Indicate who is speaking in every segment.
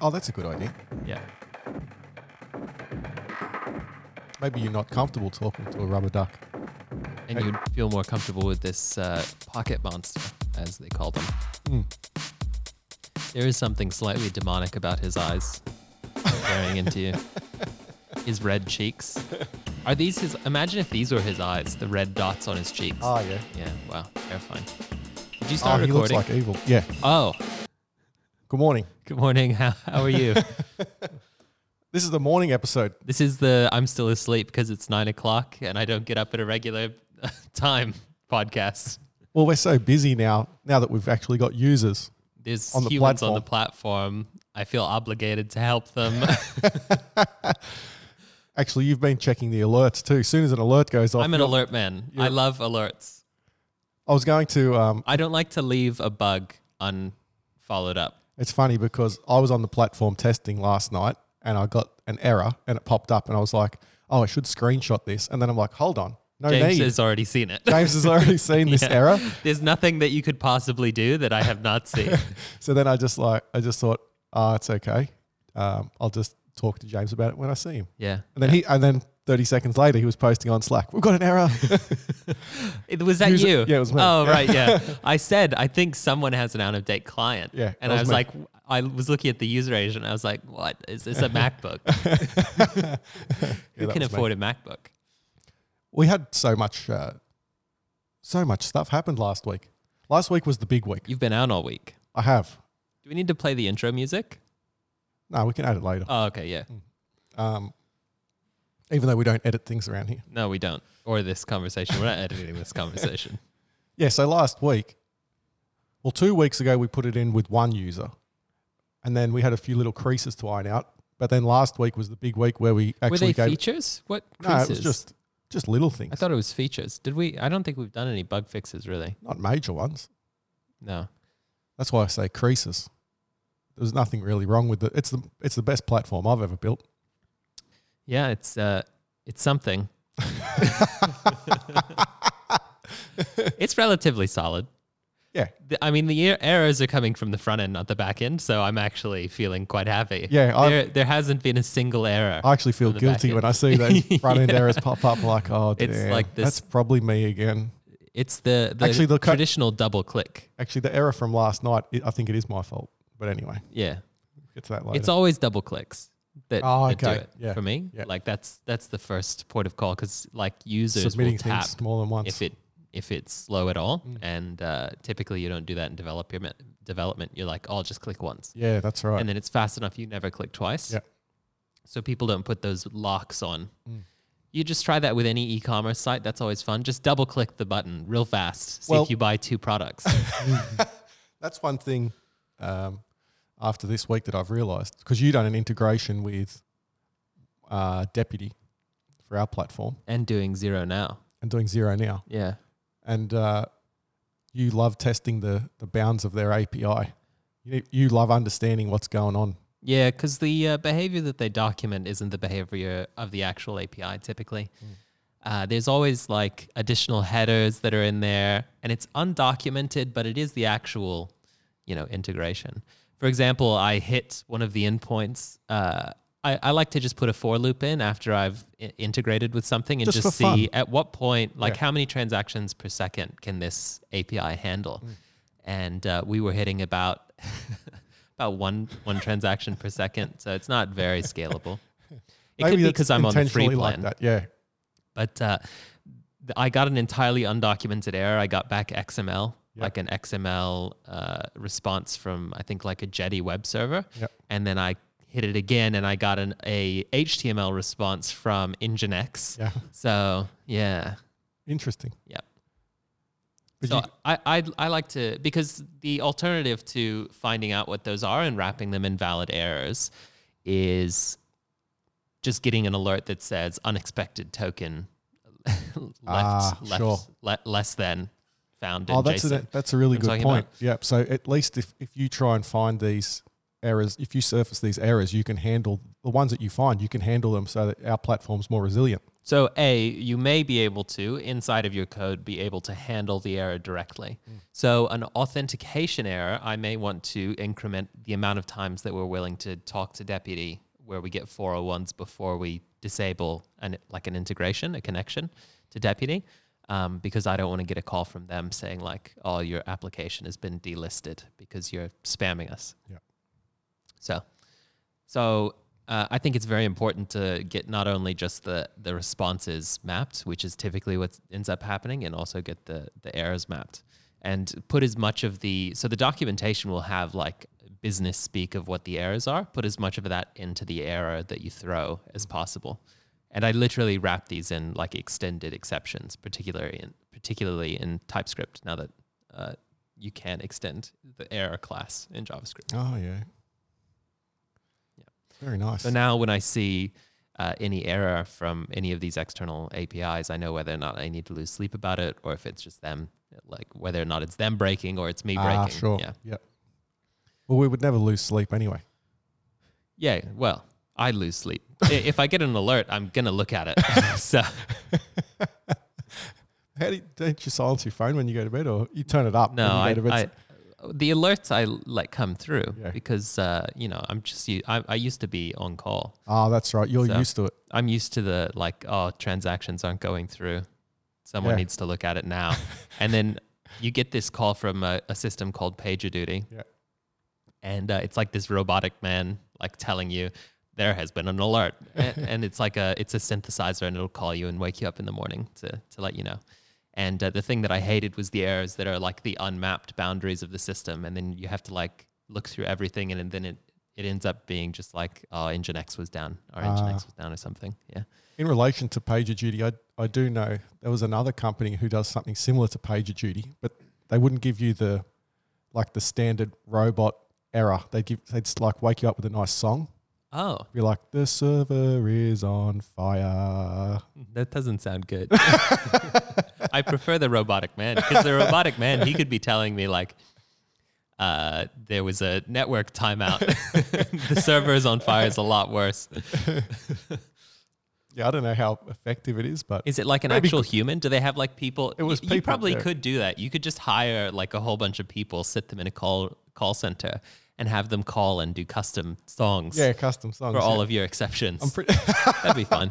Speaker 1: Oh, that's a good idea.
Speaker 2: Yeah.
Speaker 1: Maybe you're not comfortable talking to a rubber duck.
Speaker 2: And
Speaker 1: Hey.
Speaker 2: you'd feel more comfortable with this uh, pocket monster, as they call them.
Speaker 1: Hmm.
Speaker 2: There is something slightly demonic about his eyes staring into you. His red cheeks. Are these his? Imagine if these were his eyes, the red dots on his cheeks.
Speaker 1: yeah.
Speaker 2: Yeah, wow, terrifying. Did you
Speaker 1: Oh,
Speaker 2: start
Speaker 1: Ah. he looks
Speaker 2: recording?
Speaker 1: like evil. Yeah.
Speaker 2: oh,
Speaker 1: Good morning.
Speaker 2: good morning. How, how are you?
Speaker 1: This is the morning episode.
Speaker 2: this is the I'm still asleep because it's nine o'clock and I don't get up at a regular uh, time podcast.
Speaker 1: Well, we're so busy now, now that we've actually got users.
Speaker 2: There's
Speaker 1: On the
Speaker 2: humans on the platform. I feel obligated to help them.
Speaker 1: Actually, you've been checking the alerts too. As soon as an alert goes off,
Speaker 2: I'm an alert man. I love alerts.
Speaker 1: I was going to. Um,
Speaker 2: I don't like to leave a bug unfollowed up.
Speaker 1: it's funny because I was on the platform testing last night and I got an error and it popped up and I was like, oh, I should screenshot this. And then I'm like, hold on. No
Speaker 2: James
Speaker 1: need.
Speaker 2: has already seen it.
Speaker 1: James has already seen this error.
Speaker 2: There's nothing that you could possibly do that I have not seen.
Speaker 1: So then I just like I just thought, ah, it's okay. Um, I'll just talk to James about it when I see him.
Speaker 2: yeah.
Speaker 1: And then he and then thirty seconds later he was posting on Slack. We've got an error.
Speaker 2: It, was that
Speaker 1: Use it-
Speaker 2: you?
Speaker 1: yeah, it was me.
Speaker 2: Oh, right. Yeah. I said, I think someone has an out of date client.
Speaker 1: Yeah, that
Speaker 2: And I
Speaker 1: was
Speaker 2: was
Speaker 1: me.
Speaker 2: like, I was looking at the user agent. I was like, what? Is this a MacBook?
Speaker 1: Yeah,
Speaker 2: Who
Speaker 1: that
Speaker 2: can
Speaker 1: was me.
Speaker 2: afford a MacBook?
Speaker 1: We had so much, uh, so much stuff happened last week. Last week was the big week.
Speaker 2: You've been out all week.
Speaker 1: I have.
Speaker 2: Do we need to play the intro music?
Speaker 1: No, we can add it later.
Speaker 2: Oh, okay. Yeah.
Speaker 1: Um, even though we don't edit things around here.
Speaker 2: No, we don't. Or this conversation. We're not editing this conversation.
Speaker 1: Yeah, so last week, well, two weeks ago, we put it in with one user. And then we had a few little creases to iron out. But then last week was the big week where we
Speaker 2: Were
Speaker 1: actually
Speaker 2: they
Speaker 1: gave.
Speaker 2: features? What
Speaker 1: no,
Speaker 2: creases?
Speaker 1: it was just, just little
Speaker 2: I
Speaker 1: things,
Speaker 2: thought it was features. Did we? I don't think we've done any bug fixes really.
Speaker 1: not major ones.
Speaker 2: No.
Speaker 1: That's why I say creases. There's nothing really wrong with it. It's the, it's the best platform I've ever built.
Speaker 2: Yeah, it's uh, it's something. it's relatively solid.
Speaker 1: Yeah.
Speaker 2: The- I mean, the er- errors are coming from the front end, not the back end. So I'm actually feeling quite happy.
Speaker 1: Yeah, I-
Speaker 2: there, there hasn't been a single error.
Speaker 1: I actually feel
Speaker 2: On the back
Speaker 1: guilty when
Speaker 2: end.
Speaker 1: I see those front end
Speaker 2: Yeah.
Speaker 1: errors pop up. I'm like, oh,
Speaker 2: It's
Speaker 1: damn,
Speaker 2: like this-
Speaker 1: That's probably me again.
Speaker 2: it's the, the
Speaker 1: Actually, the cut-
Speaker 2: traditional double click.
Speaker 1: Actually, the error from last night, it, I think it is my fault. But anyway,
Speaker 2: Yeah,
Speaker 1: it's that later.
Speaker 2: it's always double clicks that,
Speaker 1: Oh,
Speaker 2: that
Speaker 1: okay.
Speaker 2: do it
Speaker 1: Yeah.
Speaker 2: for me.
Speaker 1: Yeah.
Speaker 2: Like that's that's the first port of call because like users
Speaker 1: submitting
Speaker 2: will tap
Speaker 1: things more than once. Mm.
Speaker 2: if it if it's slow at all, and uh, typically you don't do that in development. Development, you're like, oh, I'll just click once,
Speaker 1: yeah, that's right.
Speaker 2: and then it's fast enough you never click twice.
Speaker 1: Yeah.
Speaker 2: So people don't put those locks on.
Speaker 1: Mm.
Speaker 2: You just try that with any e-commerce site. That's always fun. Just double click the button real fast. See
Speaker 1: Well-
Speaker 2: if you buy two products.
Speaker 1: that's one thing um, after this week that I've realised because you done an integration with uh, Deputy for our platform
Speaker 2: and doing zero now.
Speaker 1: and doing zero now,
Speaker 2: Yeah.
Speaker 1: and uh, you love testing the the bounds of their API. You, you love understanding what's going on.
Speaker 2: Yeah, because the uh, behavior that they document isn't the behavior of the actual API typically. Uh, there's always like additional headers that are in there, and it's undocumented, but it is the actual, you know, integration. For example, I hit one of the endpoints. Uh, I, I like to just put a for loop in after I've I- integrated with something and
Speaker 1: Just
Speaker 2: just,
Speaker 1: for
Speaker 2: see
Speaker 1: fun.
Speaker 2: at what point, like
Speaker 1: Yeah.
Speaker 2: how many transactions per second can this API
Speaker 1: Mm.
Speaker 2: handle? And uh, we were hitting about about one one transaction per second, so it's not very scalable. It could be
Speaker 1: that's
Speaker 2: because I'm on the free
Speaker 1: intentionally
Speaker 2: plan,
Speaker 1: Like that. Yeah,
Speaker 2: but uh, th- I got an entirely undocumented error. I got back XML,
Speaker 1: Yep.
Speaker 2: like an XML uh, response from I think like a Jetty web server,
Speaker 1: Yep.
Speaker 2: and then I hit it again, and I got an a HTML response from Nginx.
Speaker 1: yeah,
Speaker 2: So yeah,
Speaker 1: interesting.
Speaker 2: Yep.
Speaker 1: But
Speaker 2: so
Speaker 1: you-
Speaker 2: I, I I like to because the alternative to finding out what those are and wrapping them in valid errors is just getting an alert that says unexpected token left
Speaker 1: Ah,
Speaker 2: left
Speaker 1: sure.
Speaker 2: le- less than found in
Speaker 1: Oh, that's
Speaker 2: JSON.
Speaker 1: a, that's a really
Speaker 2: I'm
Speaker 1: good
Speaker 2: talking
Speaker 1: point. Yeah. So at least if, if you try and find these errors, if you surface these errors, you can handle the ones that you find. You can handle them so that our platform's more resilient.
Speaker 2: So, A, you may be able to, inside of your code, be able to handle the error directly. So, an authentication error, I may want to increment the amount of times that we're willing to talk to deputy, where we get 401s before we disable an, like an integration, a connection to deputy, um, because I don't want to get a call from them saying, like, oh, your application has been delisted because you're spamming us.
Speaker 1: Yeah.
Speaker 2: So, so uh, I think it's very important to get not only just the the responses mapped, which is typically what ends up happening, and also get the the errors mapped, and put as much of the so the documentation will have like business speak of what the errors are. Put as much of that into the error that you throw as possible, and I literally wrap these in like extended exceptions, particularly in particularly in TypeScript. Now that uh, you can extend the error class in JavaScript.
Speaker 1: Oh yeah. Very nice.
Speaker 2: So now when I see uh, any error from any of these external APIs, I know whether or not I need to lose sleep about it or if it's just them, like whether or not it's them breaking or it's me
Speaker 1: ah,
Speaker 2: breaking.
Speaker 1: sure.
Speaker 2: Yeah.
Speaker 1: Yep. Well, we would never lose sleep anyway.
Speaker 2: Yeah. Well, I lose sleep. I- if I get an alert, I'm going to look at it. so
Speaker 1: How do you, don't you silence your phone when you go to bed, or you turn it up?
Speaker 2: no,
Speaker 1: when
Speaker 2: I,
Speaker 1: you go to bed?
Speaker 2: I, the alerts I like come through
Speaker 1: Yeah.
Speaker 2: because, uh, you know, I'm just, u- I, I used to be on call.
Speaker 1: oh, that's right. You're
Speaker 2: So-
Speaker 1: used to it.
Speaker 2: I'm used to the like, oh, transactions aren't going through. Someone
Speaker 1: Yeah.
Speaker 2: needs to look at it now. and then you get this call from a, a system called PagerDuty.
Speaker 1: Yeah.
Speaker 2: And uh, it's like this robotic man like telling you there has been an alert, and, and it's like a it's a synthesizer, and it'll call you and wake you up in the morning to to let you know. And uh, the thing that I hated was the errors that are like the unmapped boundaries of the system, and then you have to like look through everything, and, and then it it ends up being just like, oh, engine X was down, or engine X
Speaker 1: Ah.
Speaker 2: was down, or something. Yeah.
Speaker 1: In relation to PagerDuty, I, I do know there was another company who does something similar to PagerDuty, but they wouldn't give you the like the standard robot error. They give they'd just like wake you up with a nice song.
Speaker 2: Oh,
Speaker 1: Be like, the server is on fire.
Speaker 2: that doesn't sound good. I prefer the robotic man because the robotic man he could be telling me like, uh, there was a network timeout. the server is on fire is a lot worse.
Speaker 1: Yeah, I don't know how effective it is, but
Speaker 2: Is it like an
Speaker 1: Maybe
Speaker 2: actual human? Do they have like people?
Speaker 1: It was
Speaker 2: you,
Speaker 1: people,
Speaker 2: probably
Speaker 1: yeah.
Speaker 2: could do that. You could just hire like a whole bunch of people, sit them in a call call center, and have them call and do custom songs
Speaker 1: yeah, custom songs
Speaker 2: for all
Speaker 1: yeah.
Speaker 2: of your exceptions.
Speaker 1: I'm pretty
Speaker 2: That'd be fun.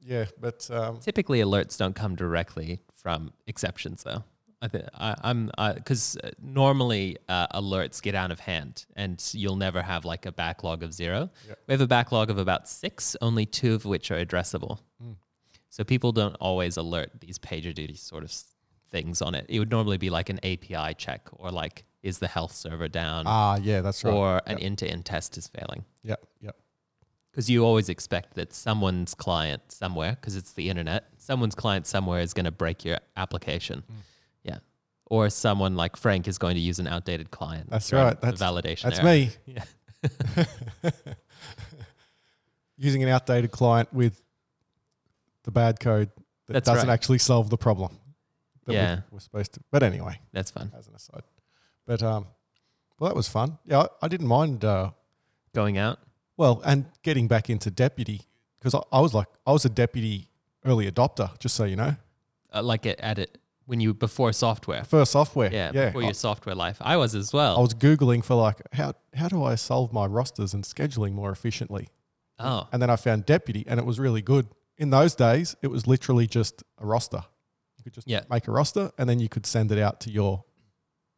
Speaker 1: yeah, but um,
Speaker 2: Typically, alerts don't come directly from exceptions, though. I think I, I'm because uh, normally uh, alerts get out of hand, and you'll never have like a backlog of zero.
Speaker 1: Yeah.
Speaker 2: We have a backlog of about six, only two of which are addressable.
Speaker 1: Mm.
Speaker 2: So people don't always alert these pager duty sort of s- things on it. It would normally be like an API check or like is the health server down
Speaker 1: ah, yeah, that's right.
Speaker 2: or an end-to-end test is failing
Speaker 1: yeah, yeah.
Speaker 2: because you always expect that someone's client somewhere, because it's the internet, someone's client somewhere is going to break your application. Yeah. Or someone like Frank is going to use an outdated client. and
Speaker 1: That's
Speaker 2: throw
Speaker 1: right.
Speaker 2: a
Speaker 1: That's-
Speaker 2: validation.
Speaker 1: That's
Speaker 2: error.
Speaker 1: me.
Speaker 2: Yeah.
Speaker 1: Using an outdated client with the bad code that
Speaker 2: That's
Speaker 1: doesn't
Speaker 2: right.
Speaker 1: actually solve the problem. That we-
Speaker 2: Yeah.
Speaker 1: We're supposed to. But anyway,
Speaker 2: That's fun.
Speaker 1: as an aside. But um, well, that was fun. Yeah, I, I didn't mind. Uh,
Speaker 2: Going out.
Speaker 1: well, and getting back into deputy because I, I was like, I was a deputy early adopter, just so you know.
Speaker 2: Uh, like it, at it when you before software.
Speaker 1: First software.
Speaker 2: Yeah,
Speaker 1: Yeah.
Speaker 2: Before
Speaker 1: I,
Speaker 2: your software life. I was as
Speaker 1: I
Speaker 2: well.
Speaker 1: was Googling for like, how, how do I solve my rosters and scheduling more efficiently?
Speaker 2: oh.
Speaker 1: And then I found deputy, and it was really good. In those days, it was literally just a roster. You could just
Speaker 2: Yeah.
Speaker 1: make a roster, and then you could send it out to your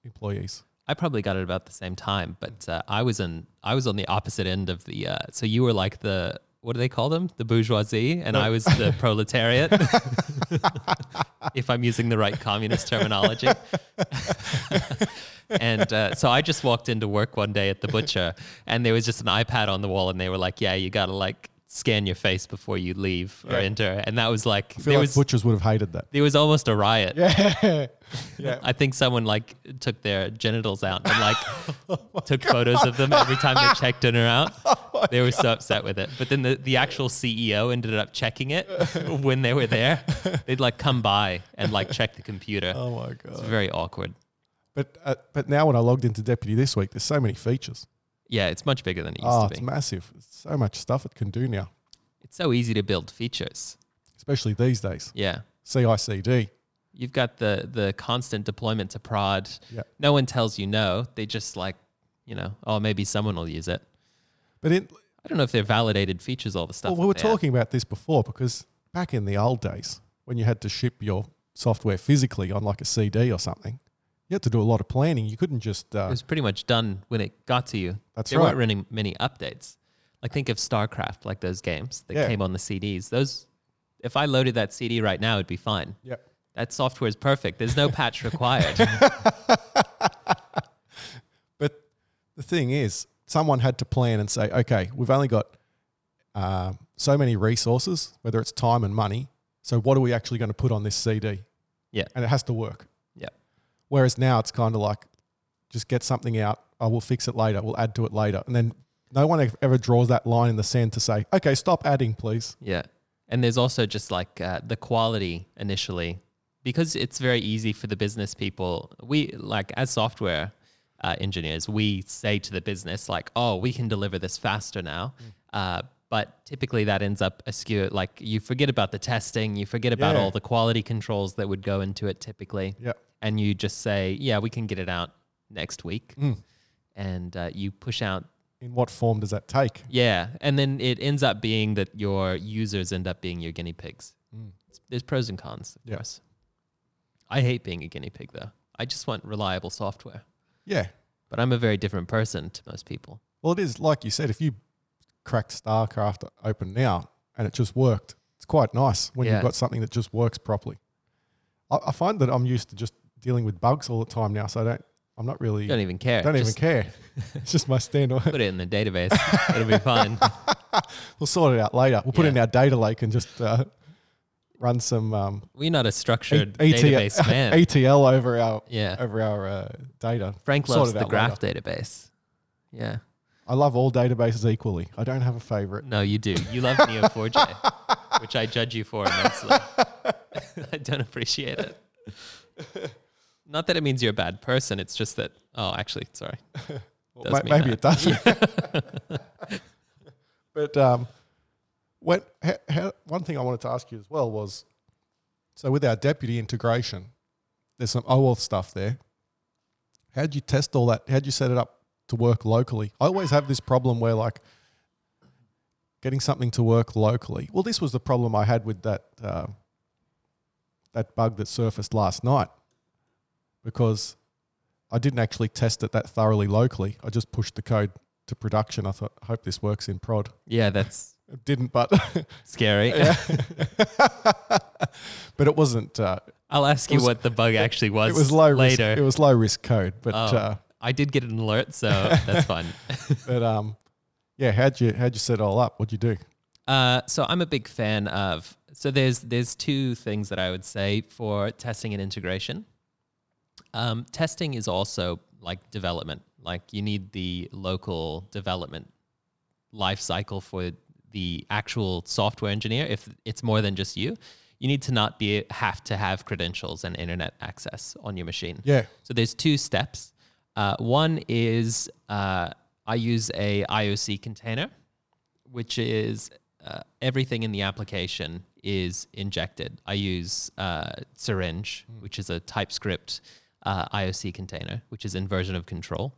Speaker 1: employees.
Speaker 2: I probably got it about the same time, but uh, I was in I was on the opposite end of the. Uh, so you were like the what do they call them? The bourgeoisie, and I was the proletariat. if I'm using the right communist terminology. and uh, so I just walked into work one day at the butcher, and there was just an iPad on the wall, and they were like, "Yeah, you gotta like scan your face before you leave or
Speaker 1: Yeah.
Speaker 2: enter," and that was like
Speaker 1: I feel
Speaker 2: there
Speaker 1: like
Speaker 2: was
Speaker 1: butchers would have hated that.
Speaker 2: there was almost a riot.
Speaker 1: Yeah. yeah.
Speaker 2: I think someone like took their genitals out and like
Speaker 1: Oh
Speaker 2: took photos of them every time they checked dinner out. they were so upset with it. But then the, the actual CEO ended up checking it when they were there. They'd like come by and like check the computer.
Speaker 1: Oh my
Speaker 2: It's
Speaker 1: god.
Speaker 2: very awkward.
Speaker 1: But uh, but now when I logged into deputy this week, there's so many features.
Speaker 2: Yeah, it's much bigger than it used
Speaker 1: Oh,
Speaker 2: to
Speaker 1: it's
Speaker 2: be.
Speaker 1: massive. There's so much stuff it can do now.
Speaker 2: It's so easy to build features.
Speaker 1: especially these days.
Speaker 2: Yeah.
Speaker 1: CICD.
Speaker 2: You've got the the constant deployment to prod.
Speaker 1: Yeah.
Speaker 2: No one tells you no. They just like, you know, oh maybe someone will use it.
Speaker 1: But it,
Speaker 2: I don't know if they're validated features all the stuff.
Speaker 1: well,
Speaker 2: that
Speaker 1: we were
Speaker 2: they add.
Speaker 1: talking about this before because back in the old days, when you had to ship your software physically on like a CD or something, you had to do a lot of planning. You couldn't just
Speaker 2: It
Speaker 1: uh,
Speaker 2: was pretty much done when it got to you.
Speaker 1: That's
Speaker 2: there
Speaker 1: right.
Speaker 2: weren't running many updates. Like think of StarCraft, like those games that
Speaker 1: Yeah.
Speaker 2: came on the CDs. Those, if I loaded that CD right now, it'd be fine.
Speaker 1: yeah.
Speaker 2: That software is perfect. There's no patch required.
Speaker 1: But the thing is, someone had to plan and say, okay, we've only got um so many resources, whether it's time and money. So what are we actually going to put on this CD?
Speaker 2: Yeah.
Speaker 1: and it has to work.
Speaker 2: Yeah.
Speaker 1: Whereas now it's kind of like, just get something out. I will fix it later. We'll add to it later, and then no one ev- ever draws that line in the sand to say, okay, stop adding, please.
Speaker 2: Yeah. And there's also just like uh, the quality initially, because it's very easy for the business people. We, like, as software uh, engineers, we say to the business, like, oh, we can deliver this faster now.
Speaker 1: Mm.
Speaker 2: Uh, but typically that ends up askew. Like, you forget about the testing, you forget about
Speaker 1: Yeah.
Speaker 2: all the quality controls that would go into it typically.
Speaker 1: Yeah,
Speaker 2: And you just say, yeah, we can get it out next week.
Speaker 1: Mm.
Speaker 2: And uh, you push out
Speaker 1: in what form does that take?
Speaker 2: yeah, and then it ends up being that your users end up being your guinea pigs. It's- There's pros and cons, of
Speaker 1: Yeah.
Speaker 2: course. I hate being a guinea pig, though. I just want reliable software.
Speaker 1: Yeah.
Speaker 2: But I'm a very different person to most people.
Speaker 1: Well, it is like you said. If you cracked StarCraft open now and it just worked, it's quite nice when
Speaker 2: Yeah.
Speaker 1: you've got something that just works properly. I, I find that I'm used to just dealing with bugs all the time now, so I don't. I'm not really.
Speaker 2: You don't even care.
Speaker 1: don't even
Speaker 2: Just
Speaker 1: care. it's just my standard.
Speaker 2: Put it in the database. It'll be fine.
Speaker 1: We'll sort it out later. We'll put it in
Speaker 2: Yeah.
Speaker 1: our data lake and just uh, run some um, E
Speaker 2: We're not a structured database man.
Speaker 1: ATL over our
Speaker 2: yeah.
Speaker 1: over our uh, data.
Speaker 2: Frank
Speaker 1: Sort
Speaker 2: loves
Speaker 1: it
Speaker 2: the
Speaker 1: out
Speaker 2: graph databas. Yeah.
Speaker 1: I love all databases equally. I don't have a favorite.
Speaker 2: No, you do. You love Neo4j, which I judge you for immensely. I don't appreciate it. Not that it means you're a bad person. It's just that, oh, actually, sorry. does
Speaker 1: Ma-
Speaker 2: mean
Speaker 1: maybe
Speaker 2: that.
Speaker 1: it doesn't. but um, what? How, how, one thing I wanted to ask you as well was, so with our deputy integration, there's some OAuth stuff there. How would you test all that? How would you set it up to work locally? I always have this problem where like getting something to work locally. Well, this was the problem I had with that um that bug that surfaced last night because I didn't actually test it that thoroughly locally. I just pushed the code to production. I thought, I hope this works in prod.
Speaker 2: Yeah, that's
Speaker 1: It didn't, but
Speaker 2: scary.
Speaker 1: but it wasn't. Uh,
Speaker 2: I'll ask you what the bug actually was,
Speaker 1: it was low
Speaker 2: later.
Speaker 1: risk. It was low risk code, but
Speaker 2: Oh,
Speaker 1: uh,
Speaker 2: I did get an alert, so that's fun.
Speaker 1: but um, yeah. How'd you how'd you set it all up? What'd you do?
Speaker 2: Uh, so I'm a big fan of. So there's there's two things that I would say for testing and integration. Um, testing is also like development. Like you need the local development life cycle for the actual software engineer. If it's more than just you, you need to not be have to have credentials and internet access on your machine.
Speaker 1: Yeah,
Speaker 2: So there's two steps. Uh, one is uh, I use a IOC container, which is uh, everything in the application is injected. I use uh, Syringe, which is a TypeScript uh, IOC container, which is inversion of control.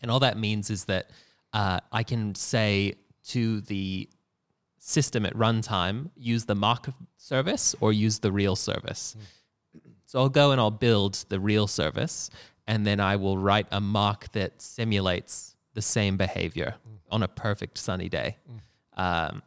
Speaker 2: And all that means is that uh, I can say to the system at runtime, use the mock service or use the real service. So I'll go and I'll build the real service, and then I will write a mock that simulates the same behavior on a perfect sunny day. Um,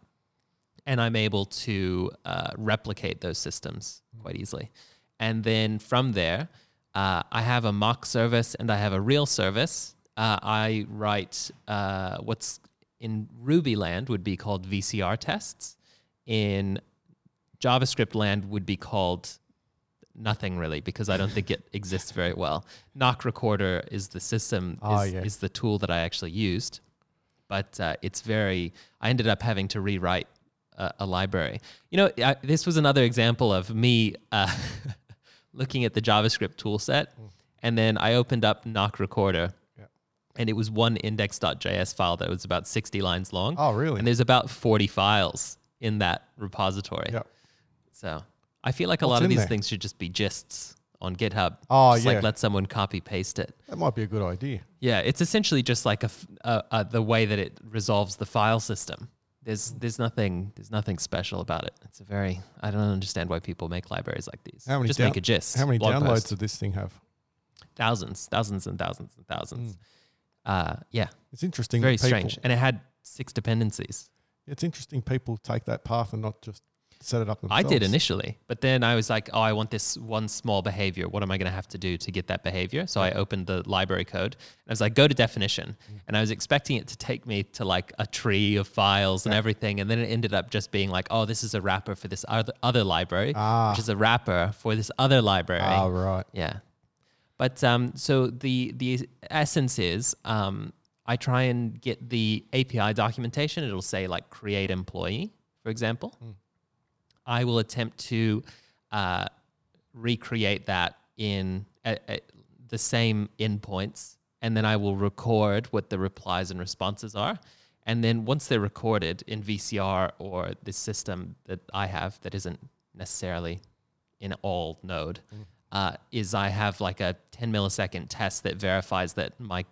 Speaker 2: and I'm able to uh, replicate those systems quite easily. And then from there, uh, I have a mock service and I have a real service. Uh, I write uh, what's in Ruby land would be called VCR tests. In JavaScript land would be called nothing really because I don't think it exists very well. Knock Recorder is the system,
Speaker 1: Ah,
Speaker 2: is,
Speaker 1: yeah.
Speaker 2: is the tool that I actually used, but uh, it's very. I ended up having to rewrite a, a library. You know, I, this was another example of me uh, looking at the JavaScript tool set, and then I opened up Knock Recorder.
Speaker 1: Mm. Yeah.
Speaker 2: And it was one index.js file that was about 60 lines long.
Speaker 1: Oh, really?
Speaker 2: And there's about 40 files in that repository.
Speaker 1: Yep.
Speaker 2: So I feel like a
Speaker 1: What's
Speaker 2: lot
Speaker 1: in
Speaker 2: of these
Speaker 1: there?
Speaker 2: things should just be gists on GitHub.
Speaker 1: Oh,
Speaker 2: just
Speaker 1: yeah.
Speaker 2: Like let someone copy paste it.
Speaker 1: That might be a good idea.
Speaker 2: Yeah, it's essentially just like a, f- a- a- the way that it resolves the file system. There's there's nothing there's nothing special about it. It's a very I don't understand why people make libraries like these.
Speaker 1: How many
Speaker 2: just
Speaker 1: down-
Speaker 2: make a gist.
Speaker 1: How many
Speaker 2: blog
Speaker 1: downloads
Speaker 2: post.
Speaker 1: did this thing have?
Speaker 2: Thousands, thousands and thousands and thousands. Uh, yeah,
Speaker 1: It's interesting.
Speaker 2: very
Speaker 1: that Hmm. people,
Speaker 2: strange. And it had six dependencies.
Speaker 1: It's interesting people take that path and not just set it up themselves.
Speaker 2: I did initially, but then I was like, oh, I want this one small behavior. What am I going to have to do to get that behavior? So I opened the library code and I was like, go to definition.
Speaker 1: Mm.
Speaker 2: And I was expecting it to take me to like a tree of files and everything. And then it ended up just being like, oh, this is a wrapper for this other, other library, which is a wrapper for this other library.
Speaker 1: Ah, right.
Speaker 2: Yeah. But um, so the the essence is um, I try and get the API documentation. It'll say like create employee, for example. I will attempt to uh, recreate that in uh, uh, the same endpoints, and then I will record what the replies and responses are. And then once they're recorded in VCR or this system that I have that isn't necessarily in all node uh, is I have like a 10 millisecond test that verifies that my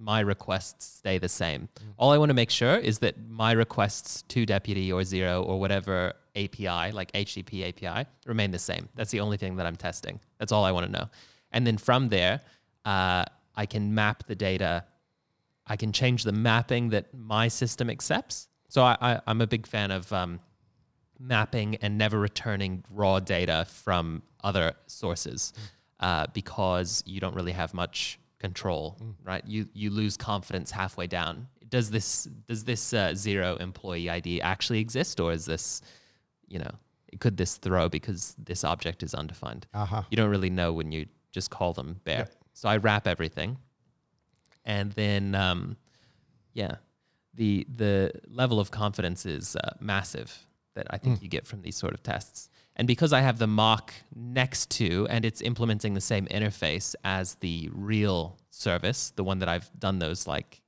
Speaker 2: my requests stay the same. All I want to make sure is that my requests to deputy or zero or whatever API, like HTTP API, remain the same. That's the only thing that I'm testing. That's all I want to know. And then from there, uh, I can map the data I can change the mapping that my system accepts. So I, I, I'm a big fan of um, mapping and never returning raw data from other sources uh, because you don't really have much control, right? You you lose confidence halfway down. Does this does this uh, zero employee ID actually exist, or is this, you know, could this throw because this object is undefined?
Speaker 1: Uh-huh.
Speaker 2: You don't really know when you just call them bare. So I wrap everything and then um, yeah, the the level of confidence is uh, massive that I
Speaker 1: Hmm.
Speaker 2: think you get from these sort of tests. And because I have the mock next to, and it's implementing the same interface as the real service, the one that I've done those like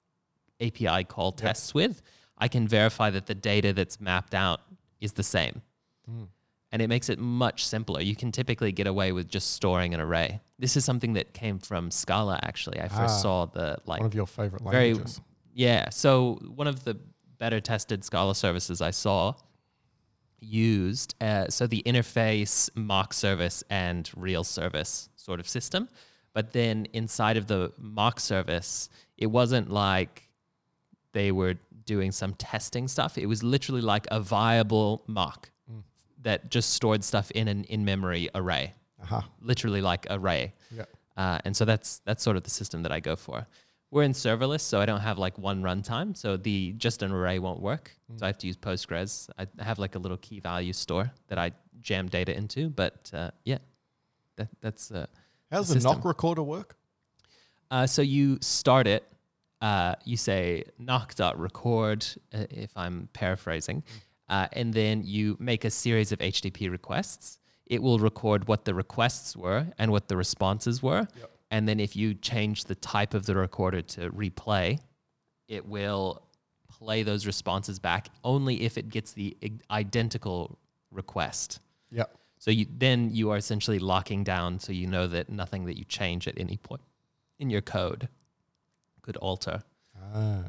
Speaker 2: API call tests with, I can verify that the data that's mapped out is the same.
Speaker 1: Hmm.
Speaker 2: And it makes it much simpler. You can typically get away with just storing an array. This is something that came from Scala, actually. I first
Speaker 1: Ah.
Speaker 2: saw the like
Speaker 1: One of your favorite
Speaker 2: very
Speaker 1: languages.
Speaker 2: yeah. So one of the better tested Scala services I saw used uh, so the interface mock service and real service sort of system, but then inside of the mock service, it wasn't like they were doing some testing stuff. It was literally like a viable mock that just stored stuff in an in memory array,
Speaker 1: Uh-huh.
Speaker 2: literally like array.
Speaker 1: Yeah.
Speaker 2: Uh, and so that's that's sort of the system that I go for. We're in serverless, so I don't have like one runtime. So the just an array won't work. So I have to use Postgres. I I have like a little key value store that I jam data into. But uh, yeah, that, that's uh,
Speaker 1: How does
Speaker 2: the
Speaker 1: the knock
Speaker 2: system.
Speaker 1: recorder work?
Speaker 2: uh, so you start it. Uh, you say knock.record, uh, if I'm paraphrasing, uh, and then you make a series of HTTP requests. It will record what the requests were and what the responses were. And then if you change the type of the recorder to replay, it will play those responses back only if it gets the i- identical request.
Speaker 1: Yeah.
Speaker 2: So you then you are essentially locking down so you know that nothing that you change at any point in your code could alter.
Speaker 1: Ah.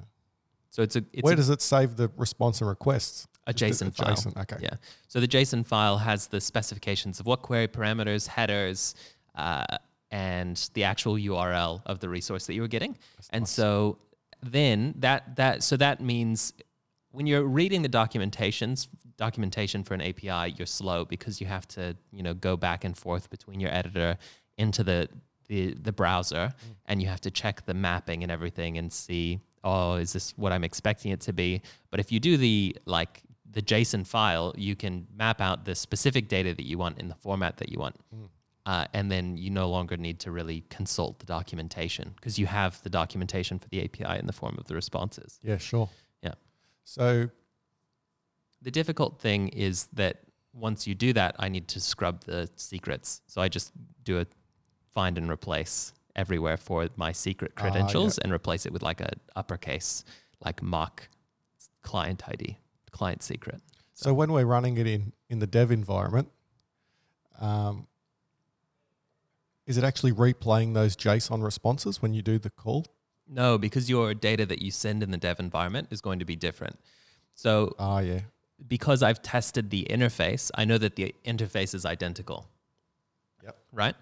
Speaker 2: So it's a it's
Speaker 1: Where
Speaker 2: a,
Speaker 1: does it save the response and requests?
Speaker 2: a JSON
Speaker 1: Just a
Speaker 2: file.
Speaker 1: JSON, okay.
Speaker 2: Yeah. So the JSON file has the specifications of what query parameters, headers, uh, and the actual URL of the resource that you were getting. and so then that that so that means when you're reading the documentations documentation for an API, you're slow because you have to you know go back and forth between your editor into the the, the browser and you have to check the mapping and everything and see oh is this what I'm expecting it to be but if you do the like the JSON file you can map out the specific data that you want in the format that you want uh, and then you no longer need to really consult the documentation because you have the documentation for the API in the form of the responses.
Speaker 1: Yeah, sure.
Speaker 2: Yeah.
Speaker 1: So
Speaker 2: The difficult thing is that once you do that, I need to scrub the secrets. So I just do a find and replace everywhere for my secret
Speaker 1: Ah, yeah.
Speaker 2: credentials and replace it with like a uppercase, like mock client ID, client secret.
Speaker 1: So when we're running it in in the dev environment, um, is it actually replaying those JSON responses when you do the call?
Speaker 2: No, because your data that you send in the dev environment is going to be different. So
Speaker 1: Ah, yeah.
Speaker 2: because I've tested the interface, I know that the interface is identical.
Speaker 1: Yep.
Speaker 2: Right.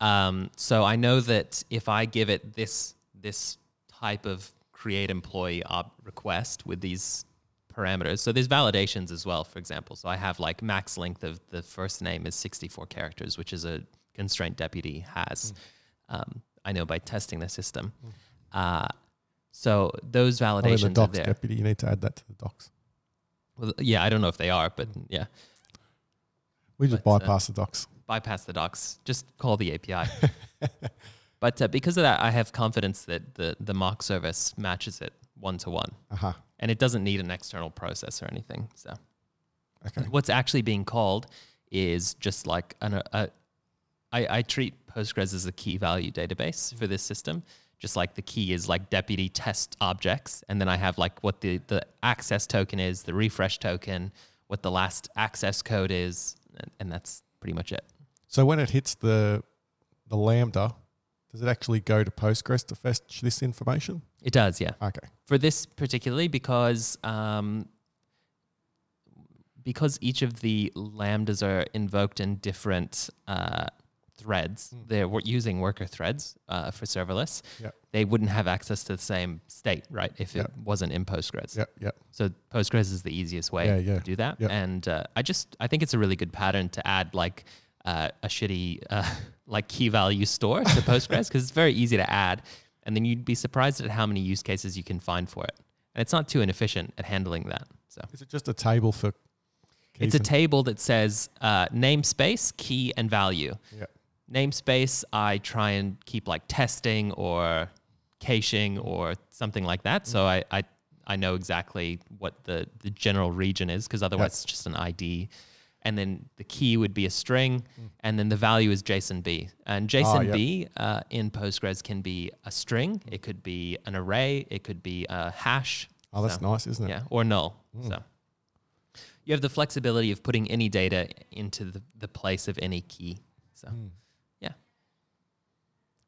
Speaker 2: Um, so I know that if I give it this this type of create employee ob- request with these parameters, so there's validations as well. For example, so I have like max length of the first name is 64 characters, which is a constraint deputy has.
Speaker 1: Mm.
Speaker 2: Um, I know by testing the system. Uh, so those
Speaker 1: Not in Mm.
Speaker 2: validations
Speaker 1: the
Speaker 2: are
Speaker 1: docs
Speaker 2: there.
Speaker 1: deputy. You need to add that to the docs.
Speaker 2: Well, yeah, I don't know if they are, but
Speaker 1: Mm.
Speaker 2: yeah.
Speaker 1: We just
Speaker 2: But, uh,
Speaker 1: bypass the docs.
Speaker 2: bypass the docs, just call the API. but uh, because of that, I have confidence that the, the mock service matches it one to one
Speaker 1: Aha.
Speaker 2: and it doesn't need an external process or anything. So
Speaker 1: Okay.
Speaker 2: what's actually being called is just like an, uh, a, I, I treat Postgres as a key value database for this system. Just like the key is like deputy test objects, and then I have like what the the access token is, the refresh token, what the last access code is, and, and that's pretty much it.
Speaker 1: So when it hits the the lambda, does it actually go to Postgres to fetch this information?
Speaker 2: It does, yeah.
Speaker 1: Okay.
Speaker 2: for this particularly because um, because each of the lambdas are invoked in different uh, threads. They're we using worker threads uh, for serverless.
Speaker 1: Hmm. Yep.
Speaker 2: They wouldn't have access to the same state, right? If
Speaker 1: Yep.
Speaker 2: it wasn't in Postgres.
Speaker 1: Yep. Yep.
Speaker 2: So Postgres is the easiest way
Speaker 1: Yeah, yeah.
Speaker 2: to do that.
Speaker 1: Yeah.
Speaker 2: And uh, I just I think it's a really good pattern to add like uh, a shitty uh, like key value store to Postgres because it's very easy to add, and then you'd be surprised at how many use cases you can find for it. And it's not too inefficient at handling that. So
Speaker 1: Is it just a table for? keys
Speaker 2: it's a
Speaker 1: and-
Speaker 2: table that says uh, namespace, key, and value.
Speaker 1: Yeah.
Speaker 2: Namespace, I try and keep like testing or caching or something like that. So I, I, I know exactly what the, the general region is because otherwise it's just an ID. And then the key would be a string, and then the value is JSONB. And JSONB uh, in Postgres can be a string, it could be an array, it could be a hash.
Speaker 1: Oh, that's
Speaker 2: So-
Speaker 1: nice, isn't it?
Speaker 2: yeah, or null. So you have the flexibility of putting any data into the, the place of any key. So yeah,
Speaker 1: Hmm.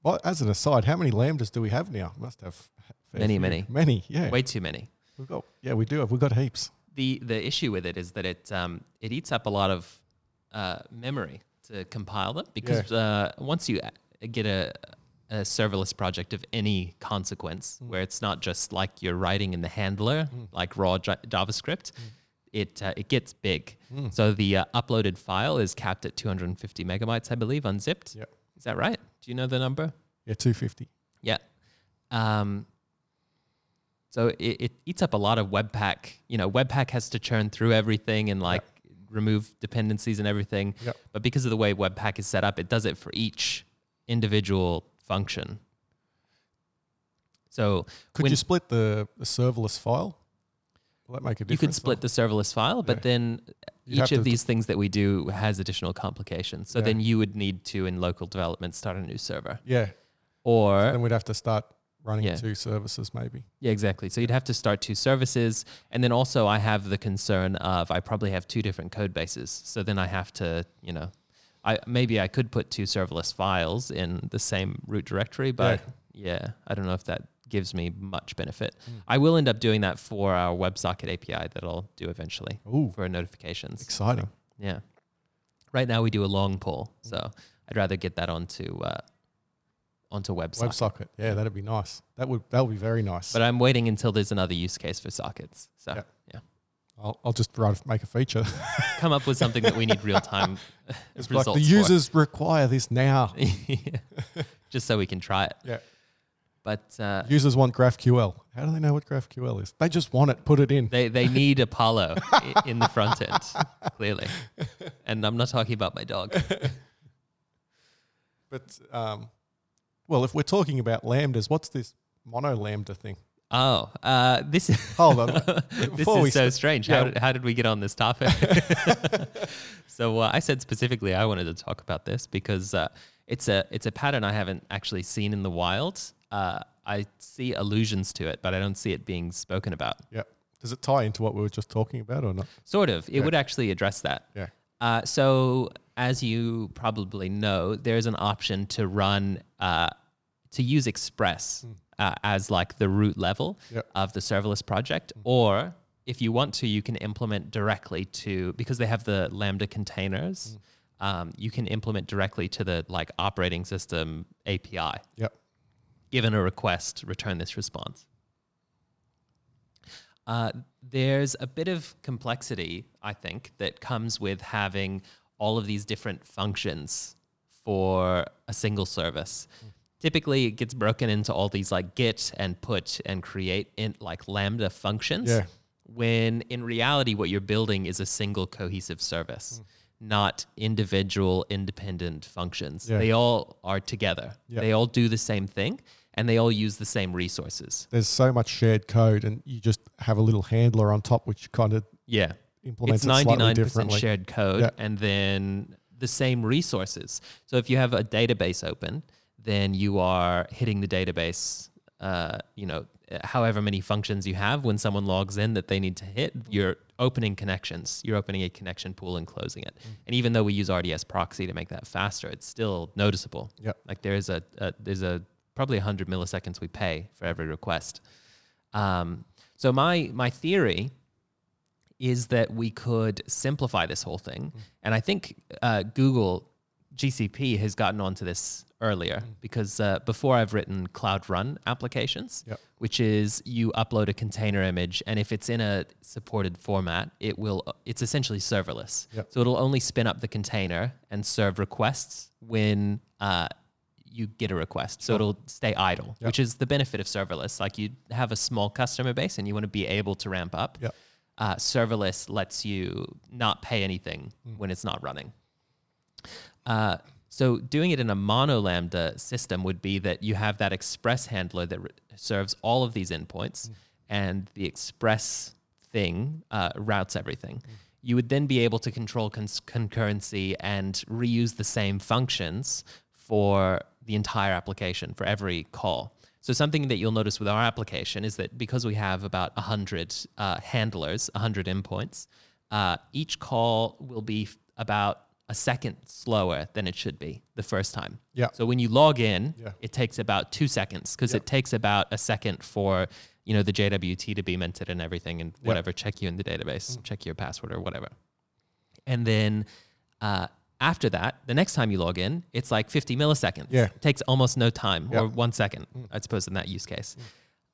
Speaker 1: Well, as an aside, how many lambdas do we have now? Must have a fair
Speaker 2: Many,
Speaker 1: few.
Speaker 2: many.
Speaker 1: many. Yeah,
Speaker 2: way too many.
Speaker 1: we've got. Yeah, we do have. We've got heaps.
Speaker 2: The the issue with it is that it um, it eats up a lot of uh, memory to compile them because uh, once you a- get a a serverless project of any consequence where it's not just like you're writing in the handler like raw J- JavaScript. It, uh, it gets big.
Speaker 1: Hmm.
Speaker 2: So the uh, uploaded file is capped at 250 megabytes, I believe, unzipped.
Speaker 1: Yep.
Speaker 2: Is that right? Do you know the number?
Speaker 1: Yeah, two fifty.
Speaker 2: Yeah. Um, so it, it eats up a lot of Webpack. You know, Webpack has to churn through everything and like remove dependencies and everything.
Speaker 1: Yep.
Speaker 2: But because of the way Webpack is set up, it does it for each individual function. So
Speaker 1: Could
Speaker 2: when-
Speaker 1: you split the, the serverless file? Will that make a
Speaker 2: you
Speaker 1: difference?
Speaker 2: could split the serverless file, but
Speaker 1: Yeah.
Speaker 2: then
Speaker 1: You'd have
Speaker 2: each of
Speaker 1: to-
Speaker 2: these things that we do has additional complications. So
Speaker 1: Yeah.
Speaker 2: then you would need to, in local development, start a new server.
Speaker 1: Yeah.
Speaker 2: Or
Speaker 1: Then we'd have to start running
Speaker 2: Uh, Yeah.
Speaker 1: two services, maybe.
Speaker 2: Yeah, exactly. So you'd have to start two services. And then also, I have the concern of I probably have two different code bases. So then I have to, you know, I maybe I could put two serverless files in the same root directory, but yeah, I don't know if that gives me much benefit. I will end up doing that for our WebSocket API that I'll do eventually
Speaker 1: Ooh,
Speaker 2: for notifications.
Speaker 1: exciting.
Speaker 2: Yeah. Right now we do a long pull, so I'd rather get that onto uh, onto WebSocket.
Speaker 1: WebSocket. Yeah, that'd be nice. That would that would be very nice.
Speaker 2: But I'm waiting until there's another use case for sockets. So
Speaker 1: Yep.
Speaker 2: yeah, uh,
Speaker 1: I'll, I'll just write, make a feature.
Speaker 2: come up with something that we need real time
Speaker 1: It's like
Speaker 2: results
Speaker 1: the users require this now.
Speaker 2: for. Yeah. Just so we can try it.
Speaker 1: Yeah.
Speaker 2: But uh,
Speaker 1: Users want GraphQL. How do they know what GraphQL is? They just want it. Put it in.
Speaker 2: they they need Apollo i- in the front end clearly, and I'm not talking about my dog.
Speaker 1: But um, well, if we're talking about lambdas, what's this mono lambda thing?
Speaker 2: Oh, uh, this
Speaker 1: Hold on.
Speaker 2: this
Speaker 1: Before we
Speaker 2: is so
Speaker 1: st-
Speaker 2: strange.
Speaker 1: yeah.
Speaker 2: How, did, how did we get on this topic? so uh, I said specifically I wanted to talk about this because uh, it's a it's a pattern I haven't actually seen in the wild. Uh, I see allusions to it, but I don't see it being spoken about.
Speaker 1: Yep. Does it tie into what we were just talking about or not?
Speaker 2: Sort of. It
Speaker 1: Yeah.
Speaker 2: would actually address that.
Speaker 1: Yeah.
Speaker 2: Uh, so, as you probably know, there's an option to run, uh, to use Express uh, as like the root level
Speaker 1: Yep.
Speaker 2: of the serverless project. Or if you want to, you can implement directly to, because they have the Lambda containers, um, you can implement directly to the like operating system API
Speaker 1: Yep.
Speaker 2: given a request, return this response. Uh, there's a bit of complexity, I think, that comes with having all of these different functions for a single service. Typically, it gets broken into all these like get and put and create in like lambda functions.
Speaker 1: Yeah.
Speaker 2: When in reality, what you're building is a single cohesive service, not individual independent functions.
Speaker 1: Hmm. Yeah.
Speaker 2: They all are together.
Speaker 1: Yeah.
Speaker 2: They all do the same thing and they all use the same resources.
Speaker 1: There's so much shared code, and you just have a little handler on top, which kind of
Speaker 2: Yeah.
Speaker 1: implements
Speaker 2: it's
Speaker 1: it slightly
Speaker 2: 99%
Speaker 1: differently.
Speaker 2: shared code
Speaker 1: Yeah.
Speaker 2: and then the same resources. So if you have a database open, then you are hitting the database, uh, you know, however many functions you have when someone logs in that they need to hit, you're opening connections. You're opening a connection pool and closing
Speaker 1: Mm.
Speaker 2: it. And even though we use RDS proxy to make that faster, it's still noticeable.
Speaker 1: Yep.
Speaker 2: Like there's a, a there's a probably 100 milliseconds we pay for every request. Um, so my my theory is that we could simplify this whole
Speaker 1: Mm.
Speaker 2: thing. And I think uh, Google GCP has gotten onto this earlier
Speaker 1: Mm.
Speaker 2: because uh, before I've written Cloud Run applications,
Speaker 1: Yep.
Speaker 2: which is you upload a container image, and if it's in a supported format, it will uh, it's essentially serverless.
Speaker 1: Yep.
Speaker 2: So it'll only spin up the container and serve requests when uh, you get a request. So it'll stay idle,
Speaker 1: Yep.
Speaker 2: which is the benefit of serverless. Like you have a small customer base and you want to be able to ramp up
Speaker 1: Yep.
Speaker 2: uh, serverless lets you not pay anything when it's not running. Uh, so doing it in a mono lambda system would be that you have that express handler that re- serves all of these endpoints, and the express thing uh, routes everything. You would then be able to control cons- concurrency and reuse the same functions for the entire application for every call. So something that you'll notice with our application is that because we have about 100 uh, handlers, 100 endpoints, uh, each call will be f- about a second slower than it should be the first time.
Speaker 1: Yeah.
Speaker 2: So when you log in,
Speaker 1: Yeah.
Speaker 2: it takes about two seconds because it takes about a second for you know the JWT to be minted and everything and whatever check you in the database,
Speaker 1: Mm.
Speaker 2: check your password or whatever. And then uh, after that, the next time you log in, it's like 50 milliseconds.
Speaker 1: Yeah.
Speaker 2: It takes almost no time or
Speaker 1: Yeah. Mm.
Speaker 2: one second, I suppose, in that use case.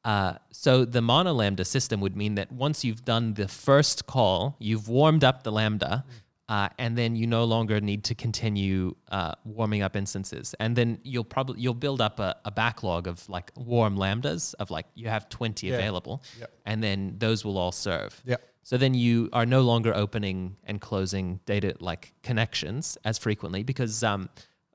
Speaker 2: Uh, so the mono lambda system would mean that once you've done the first call, you've warmed up the lambda, uh, and then you no longer need to continue uh, warming up instances. And then you'll probably you'll build up a, a backlog of like warm lambdas of like you have 20 available,
Speaker 1: Yep.
Speaker 2: and then those will all serve.
Speaker 1: Yep.
Speaker 2: So then you are no longer opening and closing data like connections as frequently because um,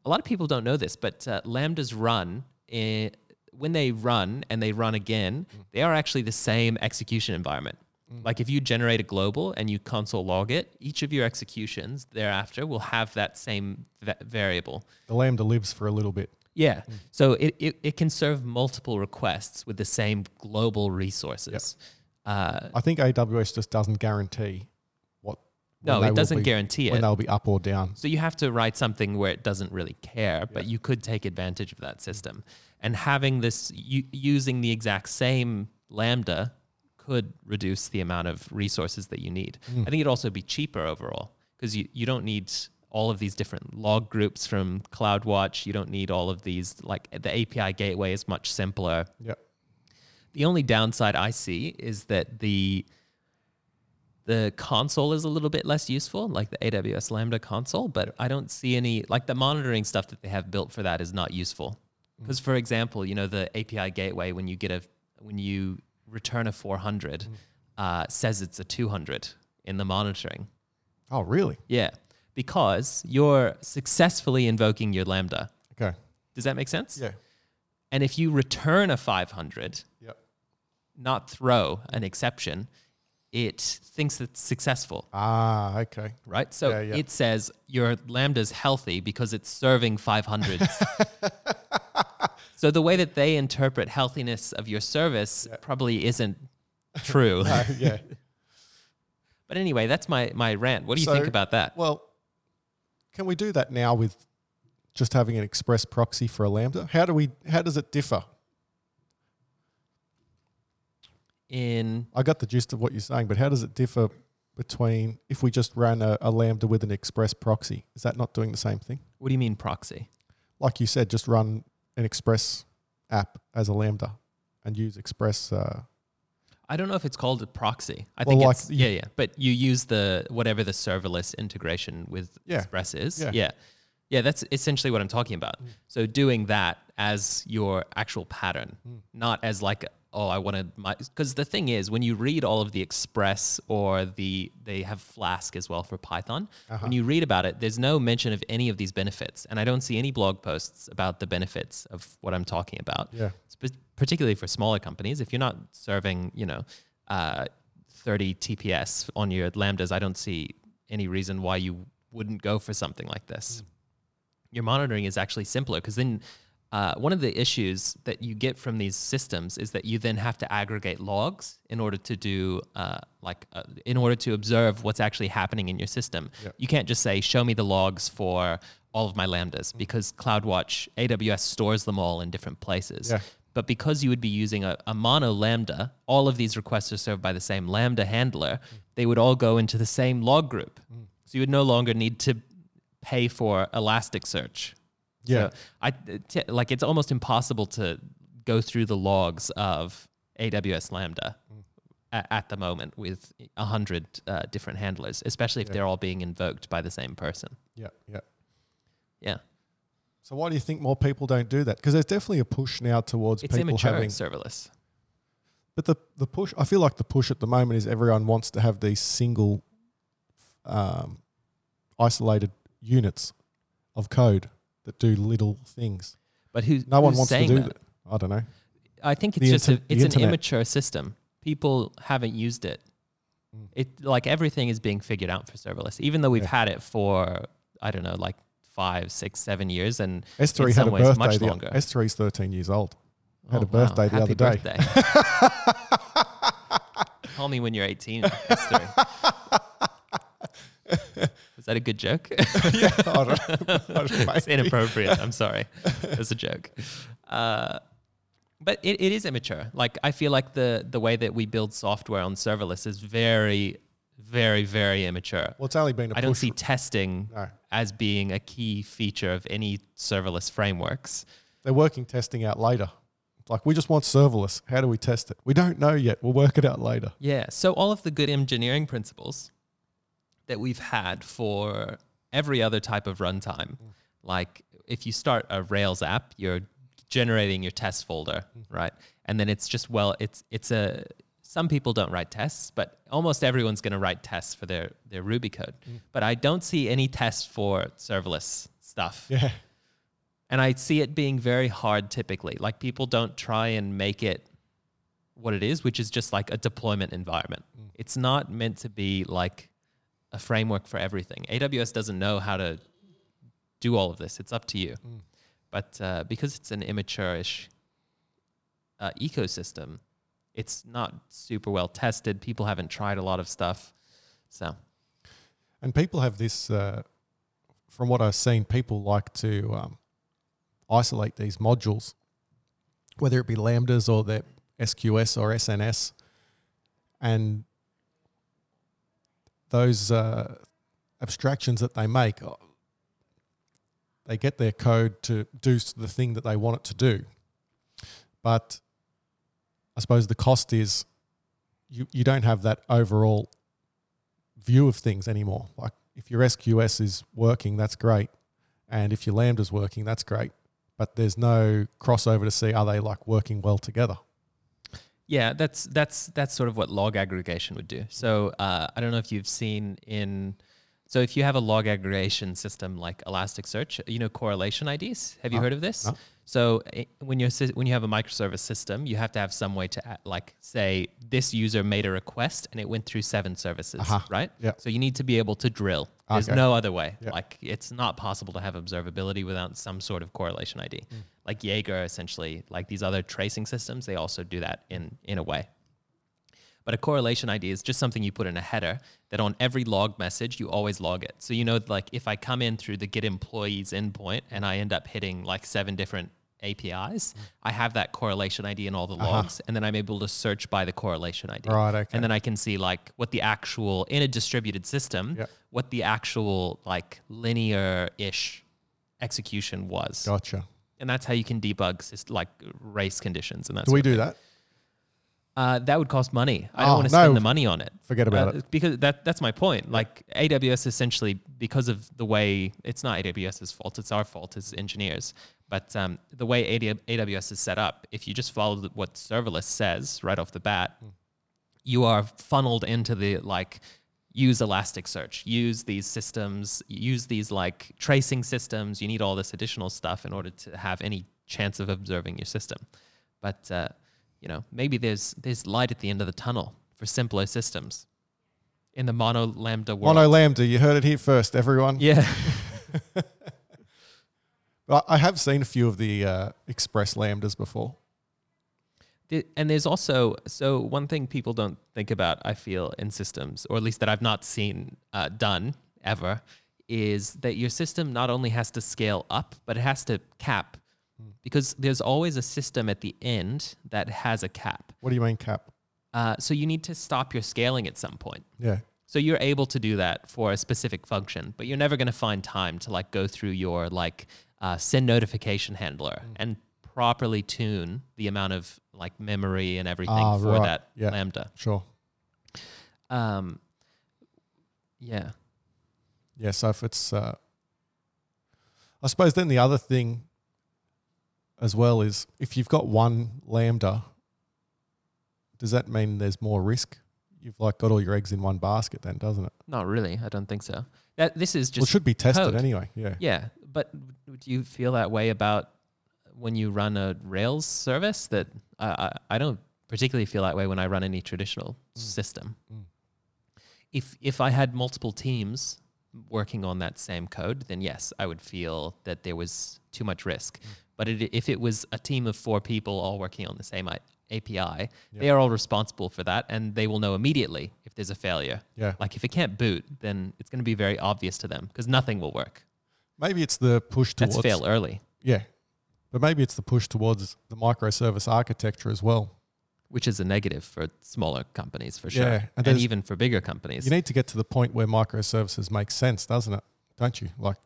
Speaker 2: a lot of people don't know this, but uh, lambdas run i- when they run and they run again,
Speaker 1: Mm.
Speaker 2: they are actually the same execution environment. Like if you generate a global and you console log it, each of your executions thereafter will have that same va- variable.
Speaker 1: The lambda lives for a little bit.
Speaker 2: Yeah. So it, it, it can serve multiple requests with the same global resources. Uh,
Speaker 1: I think AWS just doesn't guarantee what. when
Speaker 2: no,
Speaker 1: they
Speaker 2: it
Speaker 1: will
Speaker 2: doesn't
Speaker 1: be-
Speaker 2: guarantee it.
Speaker 1: when they'll be up or down.
Speaker 2: So you have to write something where it doesn't really care, but you could take advantage of that system. And having this u- using the exact same lambda could reduce the amount of resources that you need. I think it'd also be cheaper overall because you, you don't need all of these different log groups from CloudWatch. You don't need all of these like the API gateway is much simpler.
Speaker 1: Yep.
Speaker 2: The only downside I see is that the the console is a little bit less useful, like the AWS Lambda console, but I don't see any like the monitoring stuff that they have built for that is not useful. Because for example, you know the API gateway when you get a when you return a 400 uh, says it's a 200 in the monitoring.
Speaker 1: Oh, really?
Speaker 2: Yeah, because you're successfully invoking your Lambda.
Speaker 1: Okay.
Speaker 2: Does that make sense?
Speaker 1: Yeah.
Speaker 2: And if you return a 500,
Speaker 1: Yep.
Speaker 2: not throw an exception, it thinks it's successful,
Speaker 1: Ah, okay.
Speaker 2: right? So
Speaker 1: Yeah, yeah.
Speaker 2: it says your lambda's healthy because it's serving 500s. so the way that they interpret healthiness of your service probably isn't true.
Speaker 1: No, Uh, yeah.
Speaker 2: But anyway, that's my, my rant. What do you think
Speaker 1: So-
Speaker 2: about that?
Speaker 1: Well, can we do that now with just having an express proxy for a lambda? How do we? How does it differ?
Speaker 2: In
Speaker 1: I got the gist of what you're saying, but how does it differ between if we just ran a, a lambda with an express proxy? Is that not doing the same thing?
Speaker 2: what do you mean proxy?
Speaker 1: Like you said, just run an express app as a lambda and use express. Uh,
Speaker 2: I don't know if it's called a proxy. I
Speaker 1: Well,
Speaker 2: think
Speaker 1: like
Speaker 2: it's
Speaker 1: you-
Speaker 2: yeah, yeah. But you use the whatever the serverless integration with
Speaker 1: Yeah.
Speaker 2: Express is.
Speaker 1: Yeah. Mm.
Speaker 2: Yeah. yeah. that's essentially what I'm talking about. So doing that as your actual pattern,
Speaker 1: Mm.
Speaker 2: not as like oh, I want to my because the thing is when you read all of the Express or the they have Flask as well for Python.
Speaker 1: Uh-huh.
Speaker 2: When you read about it, there's no mention of any of these benefits, and I don't see any blog posts about the benefits of what I'm talking about
Speaker 1: yeah.
Speaker 2: sp- particularly for smaller companies, if you're not serving, you know, uh, 30 TPS on your lambdas, I don't see any reason why you wouldn't go for something like this. Your monitoring is actually simpler because then uh, one of the issues that you get from these systems is that you then have to aggregate logs in order to do uh, like uh, in order to observe what's actually happening in your system. You can't just say show me the logs for all of my lambdas because CloudWatch AWS stores them all in different places.
Speaker 1: Yeah.
Speaker 2: But because you would be using a, a mono lambda, all of these requests are served by the same lambda handler. They would all go into the same log group. So you would no longer need to pay for Elasticsearch.
Speaker 1: Yeah.
Speaker 2: So I t- like it's almost impossible to go through the logs of AWS Lambda a- at the moment with a hundred uh, different handlers, especially if they're all being invoked by the same person.
Speaker 1: Yeah. Yeah.
Speaker 2: Yeah,
Speaker 1: So why do you think more people don't do that? Because there's definitely a push now towards
Speaker 2: it's
Speaker 1: people
Speaker 2: immature
Speaker 1: having
Speaker 2: serverless.
Speaker 1: But the the push, I feel like the push at the moment is everyone wants to have these single, um, isolated units of code that do little things.
Speaker 2: But who?
Speaker 1: No one
Speaker 2: who's
Speaker 1: wants to
Speaker 2: saying
Speaker 1: do
Speaker 2: that?
Speaker 1: that. I don't know.
Speaker 2: I think it's
Speaker 1: The
Speaker 2: just
Speaker 1: inter-
Speaker 2: a,
Speaker 1: the
Speaker 2: it's an
Speaker 1: internet.
Speaker 2: immature system. People haven't used it. It like everything is being figured out for serverless, even though we've
Speaker 1: Mm. Yeah.
Speaker 2: had it for I don't know like five, six, seven years, and
Speaker 1: S three
Speaker 2: in
Speaker 1: had
Speaker 2: some
Speaker 1: a
Speaker 2: ways
Speaker 1: birthday.
Speaker 2: much
Speaker 1: the-
Speaker 2: longer.
Speaker 1: S3's thirteen years old. Had
Speaker 2: Oh,
Speaker 1: a birthday
Speaker 2: wow.
Speaker 1: the
Speaker 2: Happy
Speaker 1: other day.
Speaker 2: Birthday. Call me when you're 18. Esther. Was that a good joke?
Speaker 1: yeah, I don't know. I don't know.
Speaker 2: it's inappropriate. I'm sorry. It was a joke. Uh, but it, it is immature. Like I feel like the the way that we build software on serverless is very, very, very immature.
Speaker 1: Well, it's only been. A
Speaker 2: I
Speaker 1: push
Speaker 2: don't see testing
Speaker 1: No.
Speaker 2: as being a key feature of any serverless frameworks.
Speaker 1: They're working testing out later. Like we just want serverless. How do we test it? We don't know yet. We'll work it out later.
Speaker 2: Yeah. So all of the good engineering principles that we've had for every other type of runtime, like if you start a Rails app, you're generating your test folder, right? And then it's just well, it's it's a some people don't write tests, but almost everyone's going to write tests for their their Ruby code. But I don't see any tests for serverless stuff.
Speaker 1: Yeah.
Speaker 2: And I see it being very hard typically. Like people don't try and make it what it is, which is just like a deployment environment. It's not meant to be like a framework for everything. AWS doesn't know how to do all of this. It's up to you. But uh, because it's an immature-ish uh, ecosystem, it's not super well tested. People haven't tried a lot of stuff. So
Speaker 1: And people have this, uh, from what I've seen, people like to um, isolate these modules, whether it be lambdas or their SQS or SNS, and those uh, abstractions that they make, uh, they get their code to do s- the thing that they want it to do. But I suppose the cost is you, you don't have that overall view of things anymore. Like if your SQS is working, that's great. And if your Lambda's working, that's great. But there's no crossover to see are they like working well together.
Speaker 2: Yeah, that's that's that's sort of what log aggregation would do. So uh, I don't know if you've seen in, so if you have a log aggregation system like Elasticsearch, you know correlation IDs. Have you heard of this?
Speaker 1: no.
Speaker 2: So eh, when you are when you have a microservice system, you have to have some way to a- like say this user made a request and it went through seven services,
Speaker 1: Aha,
Speaker 2: right?
Speaker 1: Uh-huh. yeah.
Speaker 2: So you need to be able to drill. There's
Speaker 1: Okay.
Speaker 2: no other way.
Speaker 1: Yeah.
Speaker 2: Like it's not possible to have observability without some sort of correlation ID.
Speaker 1: Mm.
Speaker 2: Like Jaeger essentially, like these other tracing systems, they also do that in in a way. But a correlation ID is just something you put in a header that on every log message, you always log it. So you know, like if I come in through the get employees endpoint and I end up hitting like seven different
Speaker 1: Mm.
Speaker 2: APIs, I have that correlation ID in all the logs, and then I'm able to search by the correlation ID.
Speaker 1: Uh-huh. Right, okay.
Speaker 2: And then I can see like what the actual in a distributed system,
Speaker 1: Yep.
Speaker 2: what the actual like linear-ish execution was,
Speaker 1: Gotcha.
Speaker 2: and that's how you can debug syst- like race conditions and that's
Speaker 1: Do we do that?
Speaker 2: uh, that would cost money. I don't
Speaker 1: Oh,
Speaker 2: want to
Speaker 1: no.
Speaker 2: spend the money on it.
Speaker 1: Forget about
Speaker 2: Uh,
Speaker 1: it.
Speaker 2: Because that that's my point. Like AWS essentially because of the way it's not AWS's fault, it's our fault as engineers. But um, the way AD- AWS is set up, if you just follow the- what serverless says right off the bat, you are funneled into the like use Elasticsearch, use these systems, use these like tracing systems. You need all this additional stuff in order to have any chance of observing your system. But uh, you know, maybe there's there's light at the end of the tunnel for simpler systems in the mono lambda world.
Speaker 1: Mono oh Lambda, you heard it here first, everyone.
Speaker 2: yeah.
Speaker 1: I I have seen a few of the uh, Express Lambdas before.
Speaker 2: Th- and there's also so one thing people don't think about i feel in systems or at least that i've not seen uh, done ever is that your system not only has to scale up but it has to cap because there's always a system at the end that has a cap
Speaker 1: What do you mean, Cap?
Speaker 2: uh, so you need to stop your scaling at some point
Speaker 1: Yeah.
Speaker 2: so you're able to do that for a specific function, but you're never going to find time to like go through your like uh, send notification handler
Speaker 1: Mm.
Speaker 2: and properly tune the amount of like memory and everything
Speaker 1: Ah,
Speaker 2: for
Speaker 1: right.
Speaker 2: that
Speaker 1: Yeah.
Speaker 2: lambda.
Speaker 1: Sure.
Speaker 2: Um, yeah.
Speaker 1: Yeah. So if it's, uh, I suppose then the other thing as well is if you've got one lambda, does that mean there's more risk? You've like got all your eggs in one basket, then, doesn't it?
Speaker 2: Not really. I don't think so. That this is
Speaker 1: Well, it
Speaker 2: just
Speaker 1: should be tested
Speaker 2: code.
Speaker 1: anyway. Yeah.
Speaker 2: yeah. But w- do you feel that way about when you run a Rails service? That uh, I I don't particularly feel that way when I run any traditional system.
Speaker 1: Mm.
Speaker 2: If if I had multiple teams working on that same code, then yes, I would feel that there was too much risk.
Speaker 1: Mm.
Speaker 2: But it, if it was a team of four people all working on the same I- API, they are all responsible for that, and they will know immediately if there's a failure.
Speaker 1: Yeah.
Speaker 2: Like if it can't boot, then it's going to be very obvious to them because nothing will work.
Speaker 1: Maybe it's the push
Speaker 2: That's
Speaker 1: towards.
Speaker 2: fail early,
Speaker 1: Yeah. But maybe it's the push towards the microservice architecture as well.
Speaker 2: which is a negative for smaller companies for sure,
Speaker 1: Yeah, and
Speaker 2: and,
Speaker 1: there's-
Speaker 2: even for bigger companies.
Speaker 1: You need to get to the point where microservices make sense, doesn't it? Don't you? Like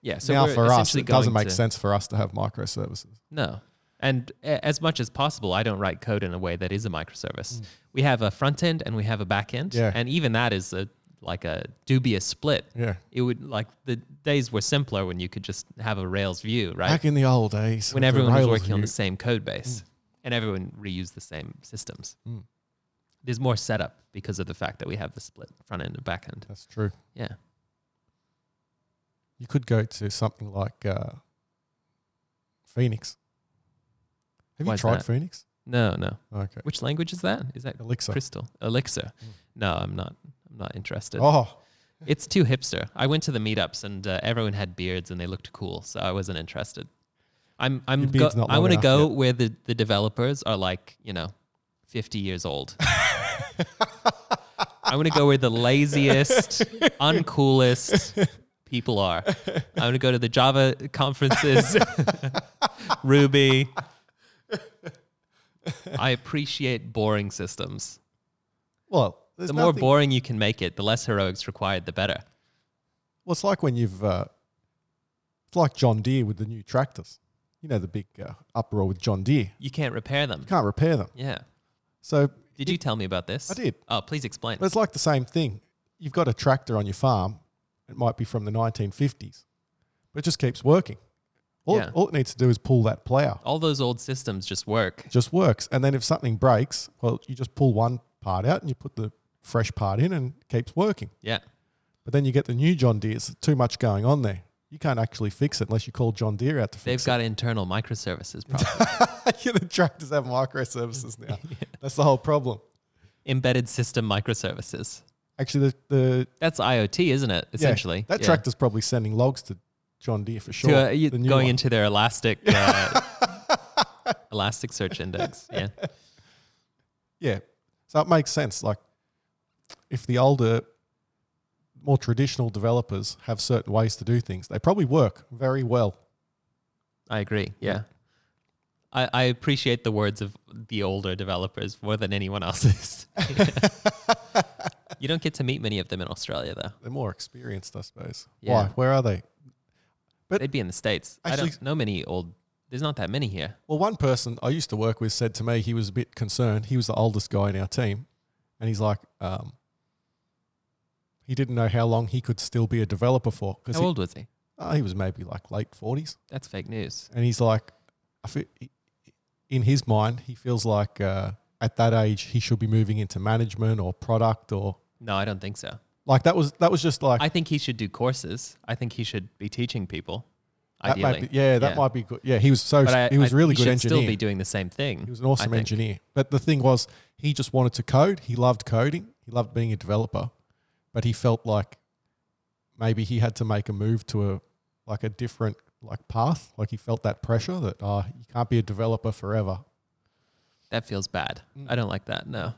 Speaker 2: yeah, so
Speaker 1: now
Speaker 2: we're
Speaker 1: for us,
Speaker 2: essentially
Speaker 1: it doesn't
Speaker 2: going
Speaker 1: make
Speaker 2: to-
Speaker 1: sense for us to have microservices.
Speaker 2: No. And a- as much as possible, I don't write code in a way that is a microservice. We have a front end and we have a back end,
Speaker 1: Mm. Yeah.
Speaker 2: and even that is a like a dubious split.
Speaker 1: Yeah.
Speaker 2: It would like the days were simpler when you could just have a Rails view, right?
Speaker 1: Back in the old days,
Speaker 2: when
Speaker 1: with the
Speaker 2: everyone was
Speaker 1: Rails
Speaker 2: working on
Speaker 1: view-
Speaker 2: the same code base and everyone reused the same systems.
Speaker 1: Mm.
Speaker 2: There's more setup because of the fact that we have the split front end and back end.
Speaker 1: That's true.
Speaker 2: Yeah.
Speaker 1: You could go to something like uh, Phoenix. Have
Speaker 2: Why
Speaker 1: you
Speaker 2: is
Speaker 1: tried
Speaker 2: that?
Speaker 1: Phoenix?
Speaker 2: No, no.
Speaker 1: Okay.
Speaker 2: Which language is that? Is that
Speaker 1: Elixir.
Speaker 2: Crystal? Elixir. No, I'm not. I'm not interested.
Speaker 1: Oh,
Speaker 2: It's too hipster. I went to the meetups and uh, everyone had beards and they looked cool, so I wasn't interested. I'm I'm
Speaker 1: Your
Speaker 2: go-
Speaker 1: beard's not
Speaker 2: I
Speaker 1: long
Speaker 2: want to
Speaker 1: enough
Speaker 2: go where the the developers are like you know, fifty years old. I want to go where the laziest, uncoolest people are. I want to go to the Java conferences, Ruby. I appreciate boring systems.
Speaker 1: well, there's
Speaker 2: the more
Speaker 1: nothing-
Speaker 2: boring you can make it, the less heroics required, the better.
Speaker 1: Well, it's like when you've, uh, it's like John Deere with the new tractors. You know, the big uh, uproar with John Deere.
Speaker 2: You can't repair them.
Speaker 1: Can't repair them.
Speaker 2: Yeah.
Speaker 1: So
Speaker 2: Did you tell me about this?
Speaker 1: I did.
Speaker 2: Oh, please explain.
Speaker 1: But it's like the same thing. You've got a tractor on your farm. It might be from the 1950s, but it just keeps working. All,
Speaker 2: Yeah.
Speaker 1: all it needs to do is pull that plow.
Speaker 2: All those old systems just work.
Speaker 1: It just works. And then if something breaks, well, you just pull one part out and you put the fresh part in and it keeps working.
Speaker 2: Yeah.
Speaker 1: But then you get the new John Deere's, too much going on there. You can't actually fix it unless you call John Deere out to
Speaker 2: They've
Speaker 1: fix
Speaker 2: got internal microservices probably.
Speaker 1: it. yeah, the tractors have microservices now. That's the whole problem.
Speaker 2: Embedded system microservices.
Speaker 1: Actually, the, the
Speaker 2: That's IoT, isn't it?
Speaker 1: yeah,
Speaker 2: Essentially.
Speaker 1: that
Speaker 2: Yeah.
Speaker 1: tractor's probably sending logs to John Deere for sure.
Speaker 2: To, uh, you-
Speaker 1: the new
Speaker 2: going
Speaker 1: one.
Speaker 2: into their elastic uh, elastic search index. Yeah.
Speaker 1: Yeah. So it makes sense. Like if the older, more traditional developers have certain ways to do things, they probably work very well.
Speaker 2: I agree. Yeah. I, I appreciate the words of the older developers more than anyone else's. you don't get to meet many of them in Australia, though.
Speaker 1: They're more experienced, I suppose. Why?
Speaker 2: Yeah.
Speaker 1: Where are they? But-
Speaker 2: They'd be in the States. I
Speaker 1: Actually-
Speaker 2: don't know many old. There's not that many here.
Speaker 1: Well, one person I used to work with said to me he was a bit concerned. He was the oldest guy in our team, and he's like, um, he didn't know how long he could still be a developer for because
Speaker 2: How
Speaker 1: he,
Speaker 2: old was he?
Speaker 1: oh, he was maybe like late forties,
Speaker 2: That's fake news.
Speaker 1: and he's like, I feel, in his mind, he feels like uh, at that age he should be moving into management or product or
Speaker 2: No, I don't think so.
Speaker 1: like that was that was just like
Speaker 2: I think he should do courses. I think he should be teaching people.
Speaker 1: that
Speaker 2: Ideally,
Speaker 1: might be, yeah, that
Speaker 2: Yeah.
Speaker 1: might be good. Yeah, he was so
Speaker 2: but I,
Speaker 1: he was
Speaker 2: I-
Speaker 1: really good
Speaker 2: should
Speaker 1: engineer.
Speaker 2: Still be doing the same thing.
Speaker 1: He was an awesome
Speaker 2: I think.
Speaker 1: engineer. But the thing was, he just wanted to code. He loved coding. He loved being a developer. But he felt like maybe he had to make a move to a like a different like path. Like he felt that pressure that ah, you can't be a developer forever.
Speaker 2: That feels bad.
Speaker 1: Mm.
Speaker 2: I don't like that. No,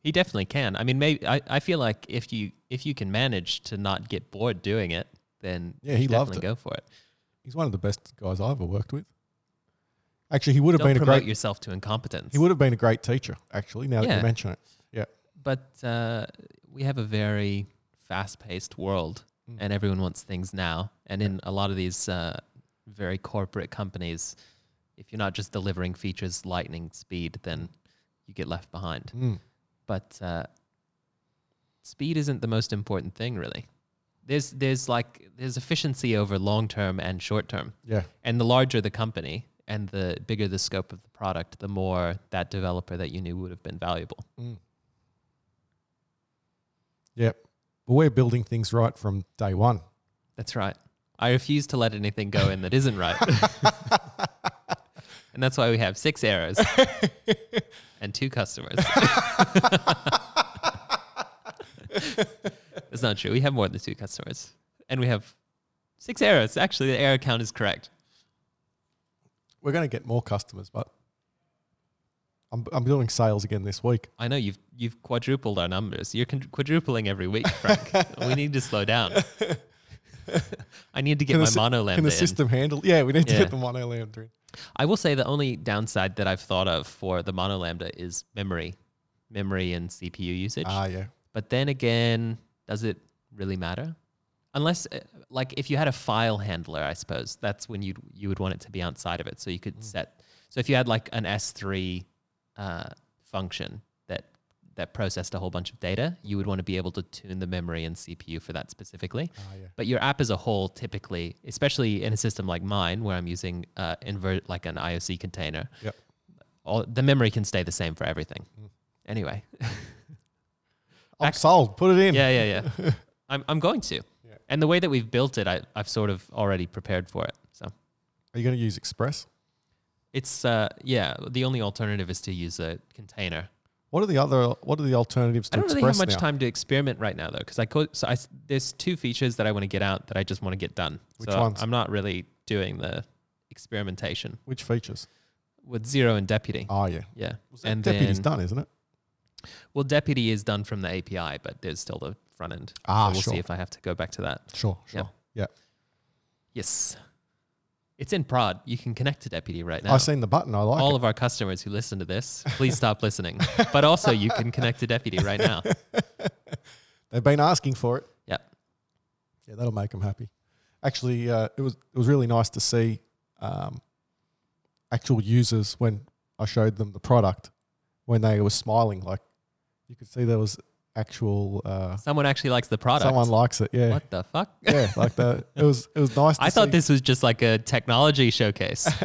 Speaker 2: he definitely can. I mean, maybe I, I feel like if you if you can manage to not get bored doing it, then
Speaker 1: Yeah, he loved
Speaker 2: definitely go for it.
Speaker 1: He's one of the best guys I ever worked with. Actually, he would have
Speaker 2: Don't
Speaker 1: been a
Speaker 2: promote
Speaker 1: great
Speaker 2: yourself to incompetence.
Speaker 1: he would have been a great teacher, actually, now that
Speaker 2: Yeah.
Speaker 1: you mention it. Yeah.
Speaker 2: but uh, we have a very fast-paced world, and everyone wants things now. And in a lot of these uh, very corporate companies, if you're not just delivering features lightning speed, then you get left behind.
Speaker 1: Mm.
Speaker 2: But uh, speed isn't the most important thing, really. There's there's like there's efficiency over long term and short term.
Speaker 1: Yeah.
Speaker 2: And the larger the company and the bigger the scope of the product, the more that developer that you knew would have been valuable.
Speaker 1: mm. Yeah. But we're building things right from day one.
Speaker 2: That's right. I refuse to let anything go in that isn't right. and that's why we have six errors and two customers. that's not true. We have more than two customers. And we have six errors. Actually, the error count is correct.
Speaker 1: We're going to get more customers, but I'm, I'm doing sales again this week.
Speaker 2: I know you've you've quadrupled our numbers. You're con- quadrupling every week, Frank. we need to slow down. I need to get my
Speaker 1: the, sy-
Speaker 2: mono
Speaker 1: can
Speaker 2: lambda
Speaker 1: the
Speaker 2: in.
Speaker 1: system handle? Yeah, we need to
Speaker 2: Yeah.
Speaker 1: get the mono lambda in.
Speaker 2: I will say the only downside that I've thought of for the mono lambda is memory, memory and CPU usage.
Speaker 1: Ah, yeah.
Speaker 2: but then again, does it really matter? Unless, uh, like, if you had a file handler, I suppose that's when you you would want it to be outside of it, so you could set. So if you had like an S three uh, function that that processed a whole bunch of data, you would want to be able to tune the memory and CPU for that specifically.
Speaker 1: Ah, yeah.
Speaker 2: But your app as a whole, typically, especially in a system like mine where I'm using uh, invert like an IOC container,
Speaker 1: Yep. Mm.
Speaker 2: all, the memory can stay the same for everything. Anyway,
Speaker 1: I'm
Speaker 2: Back-
Speaker 1: sold. Put it in.
Speaker 2: yeah, yeah, yeah. I'm I'm going to,
Speaker 1: Yeah.
Speaker 2: and the way that we've built it, I I've sort of already prepared for it. So
Speaker 1: Are you going to use Express?
Speaker 2: it's uh yeah, the only alternative is to use a container.
Speaker 1: What are the other? What are the alternatives to
Speaker 2: I don't really have
Speaker 1: Express
Speaker 2: much
Speaker 1: now?
Speaker 2: time to experiment right now though, because I co- so I s there's two features that I want to get out that I just want to get done.
Speaker 1: Which
Speaker 2: so
Speaker 1: ones?
Speaker 2: I'm not really doing the experimentation
Speaker 1: Which features?
Speaker 2: with zero and deputy.
Speaker 1: Oh yeah.
Speaker 2: Yeah,
Speaker 1: Well, so
Speaker 2: and
Speaker 1: Deputy's
Speaker 2: then
Speaker 1: done, isn't it?
Speaker 2: well, deputy is done from the API, but there's still the front end.
Speaker 1: Ah,
Speaker 2: so we'll
Speaker 1: sure.
Speaker 2: see if I have to go back to that.
Speaker 1: Sure,
Speaker 2: Yeah.
Speaker 1: sure. Yeah.
Speaker 2: Yes. It's in prod. You can connect to Deputy right now.
Speaker 1: I've seen the button. I like
Speaker 2: All
Speaker 1: it.
Speaker 2: of our customers who listen to this, please stop listening. But also, you can connect to Deputy right now.
Speaker 1: They've been asking for it.
Speaker 2: Yeah.
Speaker 1: Yeah, that'll make them happy. Actually, uh, it was it was really nice to see um, actual users when I showed them the product when they were smiling. Like you could see there was actual uh,
Speaker 2: Someone actually likes the product.
Speaker 1: someone likes it. Yeah,
Speaker 2: what the fuck?
Speaker 1: yeah. Like that. It was it was nice. To
Speaker 2: I
Speaker 1: see.
Speaker 2: thought this was just like a technology showcase.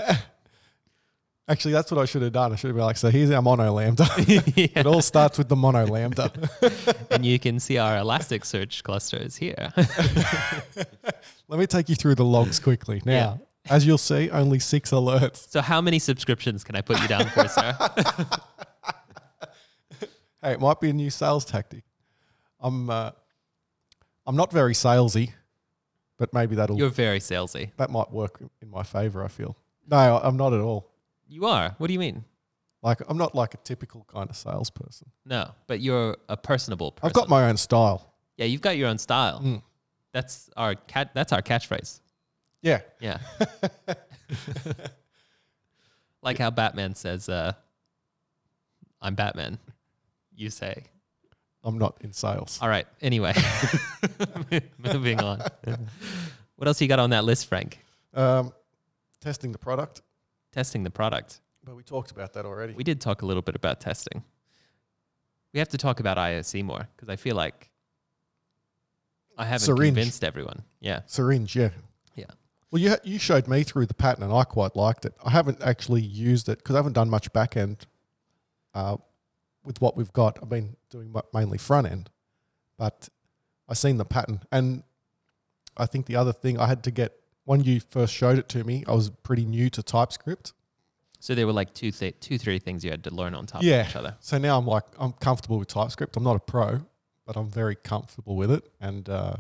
Speaker 1: Actually, that's what I should have done. I should have been like, so here's our mono lambda.
Speaker 2: Yeah.
Speaker 1: it all starts with the mono lambda.
Speaker 2: And you can see our Elasticsearch clusters here.
Speaker 1: Let me take you through the logs quickly now. As you'll see, only six alerts.
Speaker 2: so, how many subscriptions can I put you down for, sir?
Speaker 1: Hey, it might be a new sales tactic. I'm uh, I'm not very salesy, but maybe that'll
Speaker 2: You're very salesy.
Speaker 1: that might work in my favor. I feel no, I- I'm not at all.
Speaker 2: You are. What do you mean?
Speaker 1: Like I'm not like a typical kind of salesperson.
Speaker 2: No, but you're a personable person.
Speaker 1: I've got my own style.
Speaker 2: yeah, you've got your own style.
Speaker 1: Mm.
Speaker 2: That's our cat. That's our catchphrase.
Speaker 1: Yeah.
Speaker 2: Yeah. like how Batman says, uh, "I'm Batman." You say,
Speaker 1: I'm not in sales.
Speaker 2: "All right." Anyway, moving on. what else you got on that list, Frank?
Speaker 1: Um, testing the product,
Speaker 2: Testing the product.
Speaker 1: but we talked about that already.
Speaker 2: We did talk a little bit about testing. We have to talk about IOC more because I feel like I haven't
Speaker 1: Syringe.
Speaker 2: convinced everyone. Yeah.
Speaker 1: Syringe, yeah.
Speaker 2: Yeah.
Speaker 1: Well, you, you showed me through the pattern and I quite liked it. I haven't actually used it because I haven't done much back end uh, with what we've got. I've been doing mu- mainly front end, but I seen the pattern. And I think the other thing I had to get, when you first showed it to me, I was pretty new to TypeScript.
Speaker 2: So there were like two, th- two, three things you had to learn on top
Speaker 1: Yeah.
Speaker 2: of each other.
Speaker 1: So now I'm like, I'm comfortable with TypeScript. I'm not a pro, but I'm very comfortable with it. And uh,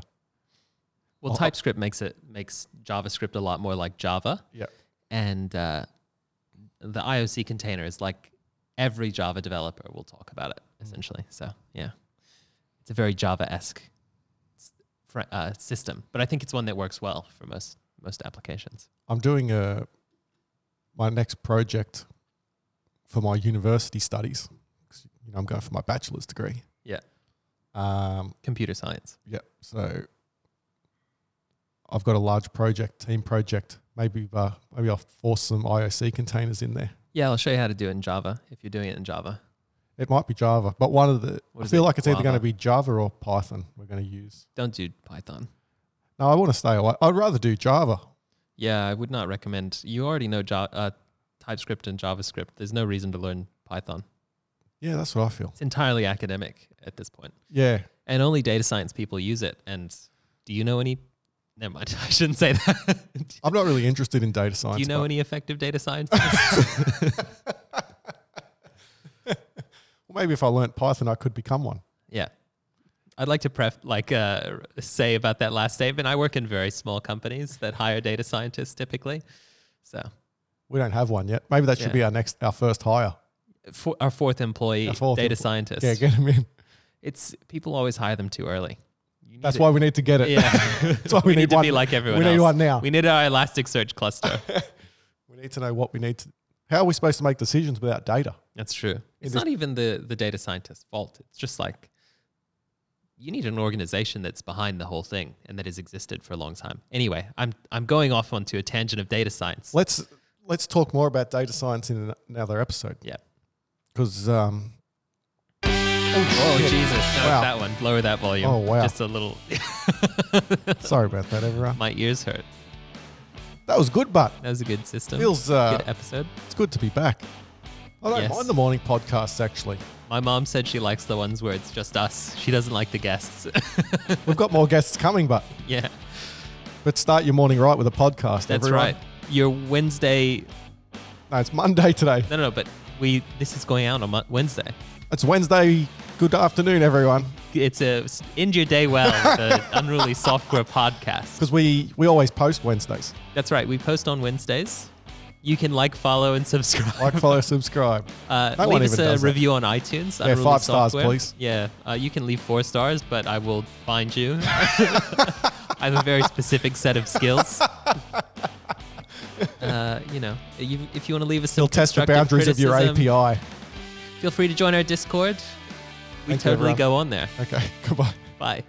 Speaker 2: Well,
Speaker 1: Oh, I-
Speaker 2: TypeScript makes it makes JavaScript a lot more like Java,
Speaker 1: yeah,
Speaker 2: and uh, the IOC container is like every Java developer will talk about it
Speaker 1: Mm.
Speaker 2: essentially. So yeah, it's a very Java esque uh, system, but I think it's one that works well for most most applications.
Speaker 1: I'm doing a my next project for my university studies. 'cause, you know, I'm going for my bachelor's degree.
Speaker 2: Yeah.
Speaker 1: Um,
Speaker 2: Computer science.
Speaker 1: yeah. So I've got a large project, team project. Maybe uh, maybe I'll force some IOC containers in there.
Speaker 2: Yeah, I'll show you how to do it in Java if you're doing it in Java.
Speaker 1: It might be Java, but one of the
Speaker 2: What
Speaker 1: I
Speaker 2: is
Speaker 1: feel
Speaker 2: it?
Speaker 1: like it's either
Speaker 2: Guava?
Speaker 1: going to be Java or Python. We're going to use.
Speaker 2: Don't do Python.
Speaker 1: No, I want to stay away. I'd rather do Java.
Speaker 2: Yeah, I would not recommend. You already know Java, uh, TypeScript and JavaScript. There's no reason to learn Python.
Speaker 1: Yeah, that's what I feel.
Speaker 2: It's entirely academic at this point.
Speaker 1: Yeah.
Speaker 2: and only data science people use it. And do you know any? Never mind, I shouldn't say that. do
Speaker 1: I'm not really interested in data science.
Speaker 2: you know
Speaker 1: but-
Speaker 2: any effective data science?
Speaker 1: Well, maybe if I learnt Python, I could become one.
Speaker 2: yeah, I'd like to pref like uh, say about that last statement. I work in very small companies that hire data scientists typically. So
Speaker 1: We don't have one yet. Maybe that should
Speaker 2: Yeah.
Speaker 1: be our next, our first hire.
Speaker 2: for our fourth employee,
Speaker 1: Our fourth
Speaker 2: data
Speaker 1: empl-
Speaker 2: scientist.
Speaker 1: Yeah, get him in.
Speaker 2: it's people always hire them too early. You need
Speaker 1: That's
Speaker 2: to-
Speaker 1: why we need to get it.
Speaker 2: Yeah,
Speaker 1: That's why we, need,
Speaker 2: to
Speaker 1: one.
Speaker 2: be like everyone.
Speaker 1: we need
Speaker 2: else.
Speaker 1: one now.
Speaker 2: We need our Elasticsearch cluster.
Speaker 1: We need to know what we need to. How are we supposed to make decisions without data?
Speaker 2: That's true. It's
Speaker 1: is-
Speaker 2: not even the the data scientist's fault. It's just like you need an organization that's behind the whole thing and that has existed for a long time. Anyway, I'm I'm going off onto a tangent of data science.
Speaker 1: Let's let's talk more about data science in an- another episode.
Speaker 2: Yeah.
Speaker 1: Because um,
Speaker 2: Oh Jesus! No,
Speaker 1: Wow.
Speaker 2: it's that one. Lower that volume.
Speaker 1: Oh, wow.
Speaker 2: Just a little.
Speaker 1: sorry about that, everyone.
Speaker 2: My ears hurt.
Speaker 1: That was good, but
Speaker 2: That was a good system.
Speaker 1: feels uh,
Speaker 2: good episode.
Speaker 1: it's good to be back. I don't
Speaker 2: Yes.
Speaker 1: mind the morning podcasts actually.
Speaker 2: My mom said she likes the ones where it's just us. She doesn't like the guests.
Speaker 1: We've got more guests coming, but
Speaker 2: yeah,
Speaker 1: but start your morning right with a podcast.
Speaker 2: that's
Speaker 1: everyone.
Speaker 2: right. Your Wednesday.
Speaker 1: No, it's Monday today.
Speaker 2: No, no, no. But we. This is going out on Mon- Wednesday.
Speaker 1: It's Wednesday. Good afternoon, everyone.
Speaker 2: it's a end your day well with the unruly software podcast
Speaker 1: Because we we always post Wednesdays.
Speaker 2: that's right we post on wednesdays you can like follow and subscribe
Speaker 1: Like, follow, subscribe.
Speaker 2: uh,
Speaker 1: no one
Speaker 2: leave us
Speaker 1: even
Speaker 2: a
Speaker 1: does that.
Speaker 2: review on itunes
Speaker 1: Yeah,
Speaker 2: Unruly
Speaker 1: five stars,
Speaker 2: Software.
Speaker 1: please.
Speaker 2: yeah uh, you can leave four stars but i will find you i have a very specific set of skills uh, you know you, if you want to leave us some
Speaker 1: He'll test the
Speaker 2: constructive
Speaker 1: boundaries of your
Speaker 2: criticism,
Speaker 1: API.
Speaker 2: feel free to join our discord we
Speaker 1: Thank you,
Speaker 2: totally
Speaker 1: everyone.
Speaker 2: go on there
Speaker 1: Okay. Goodbye.
Speaker 2: bye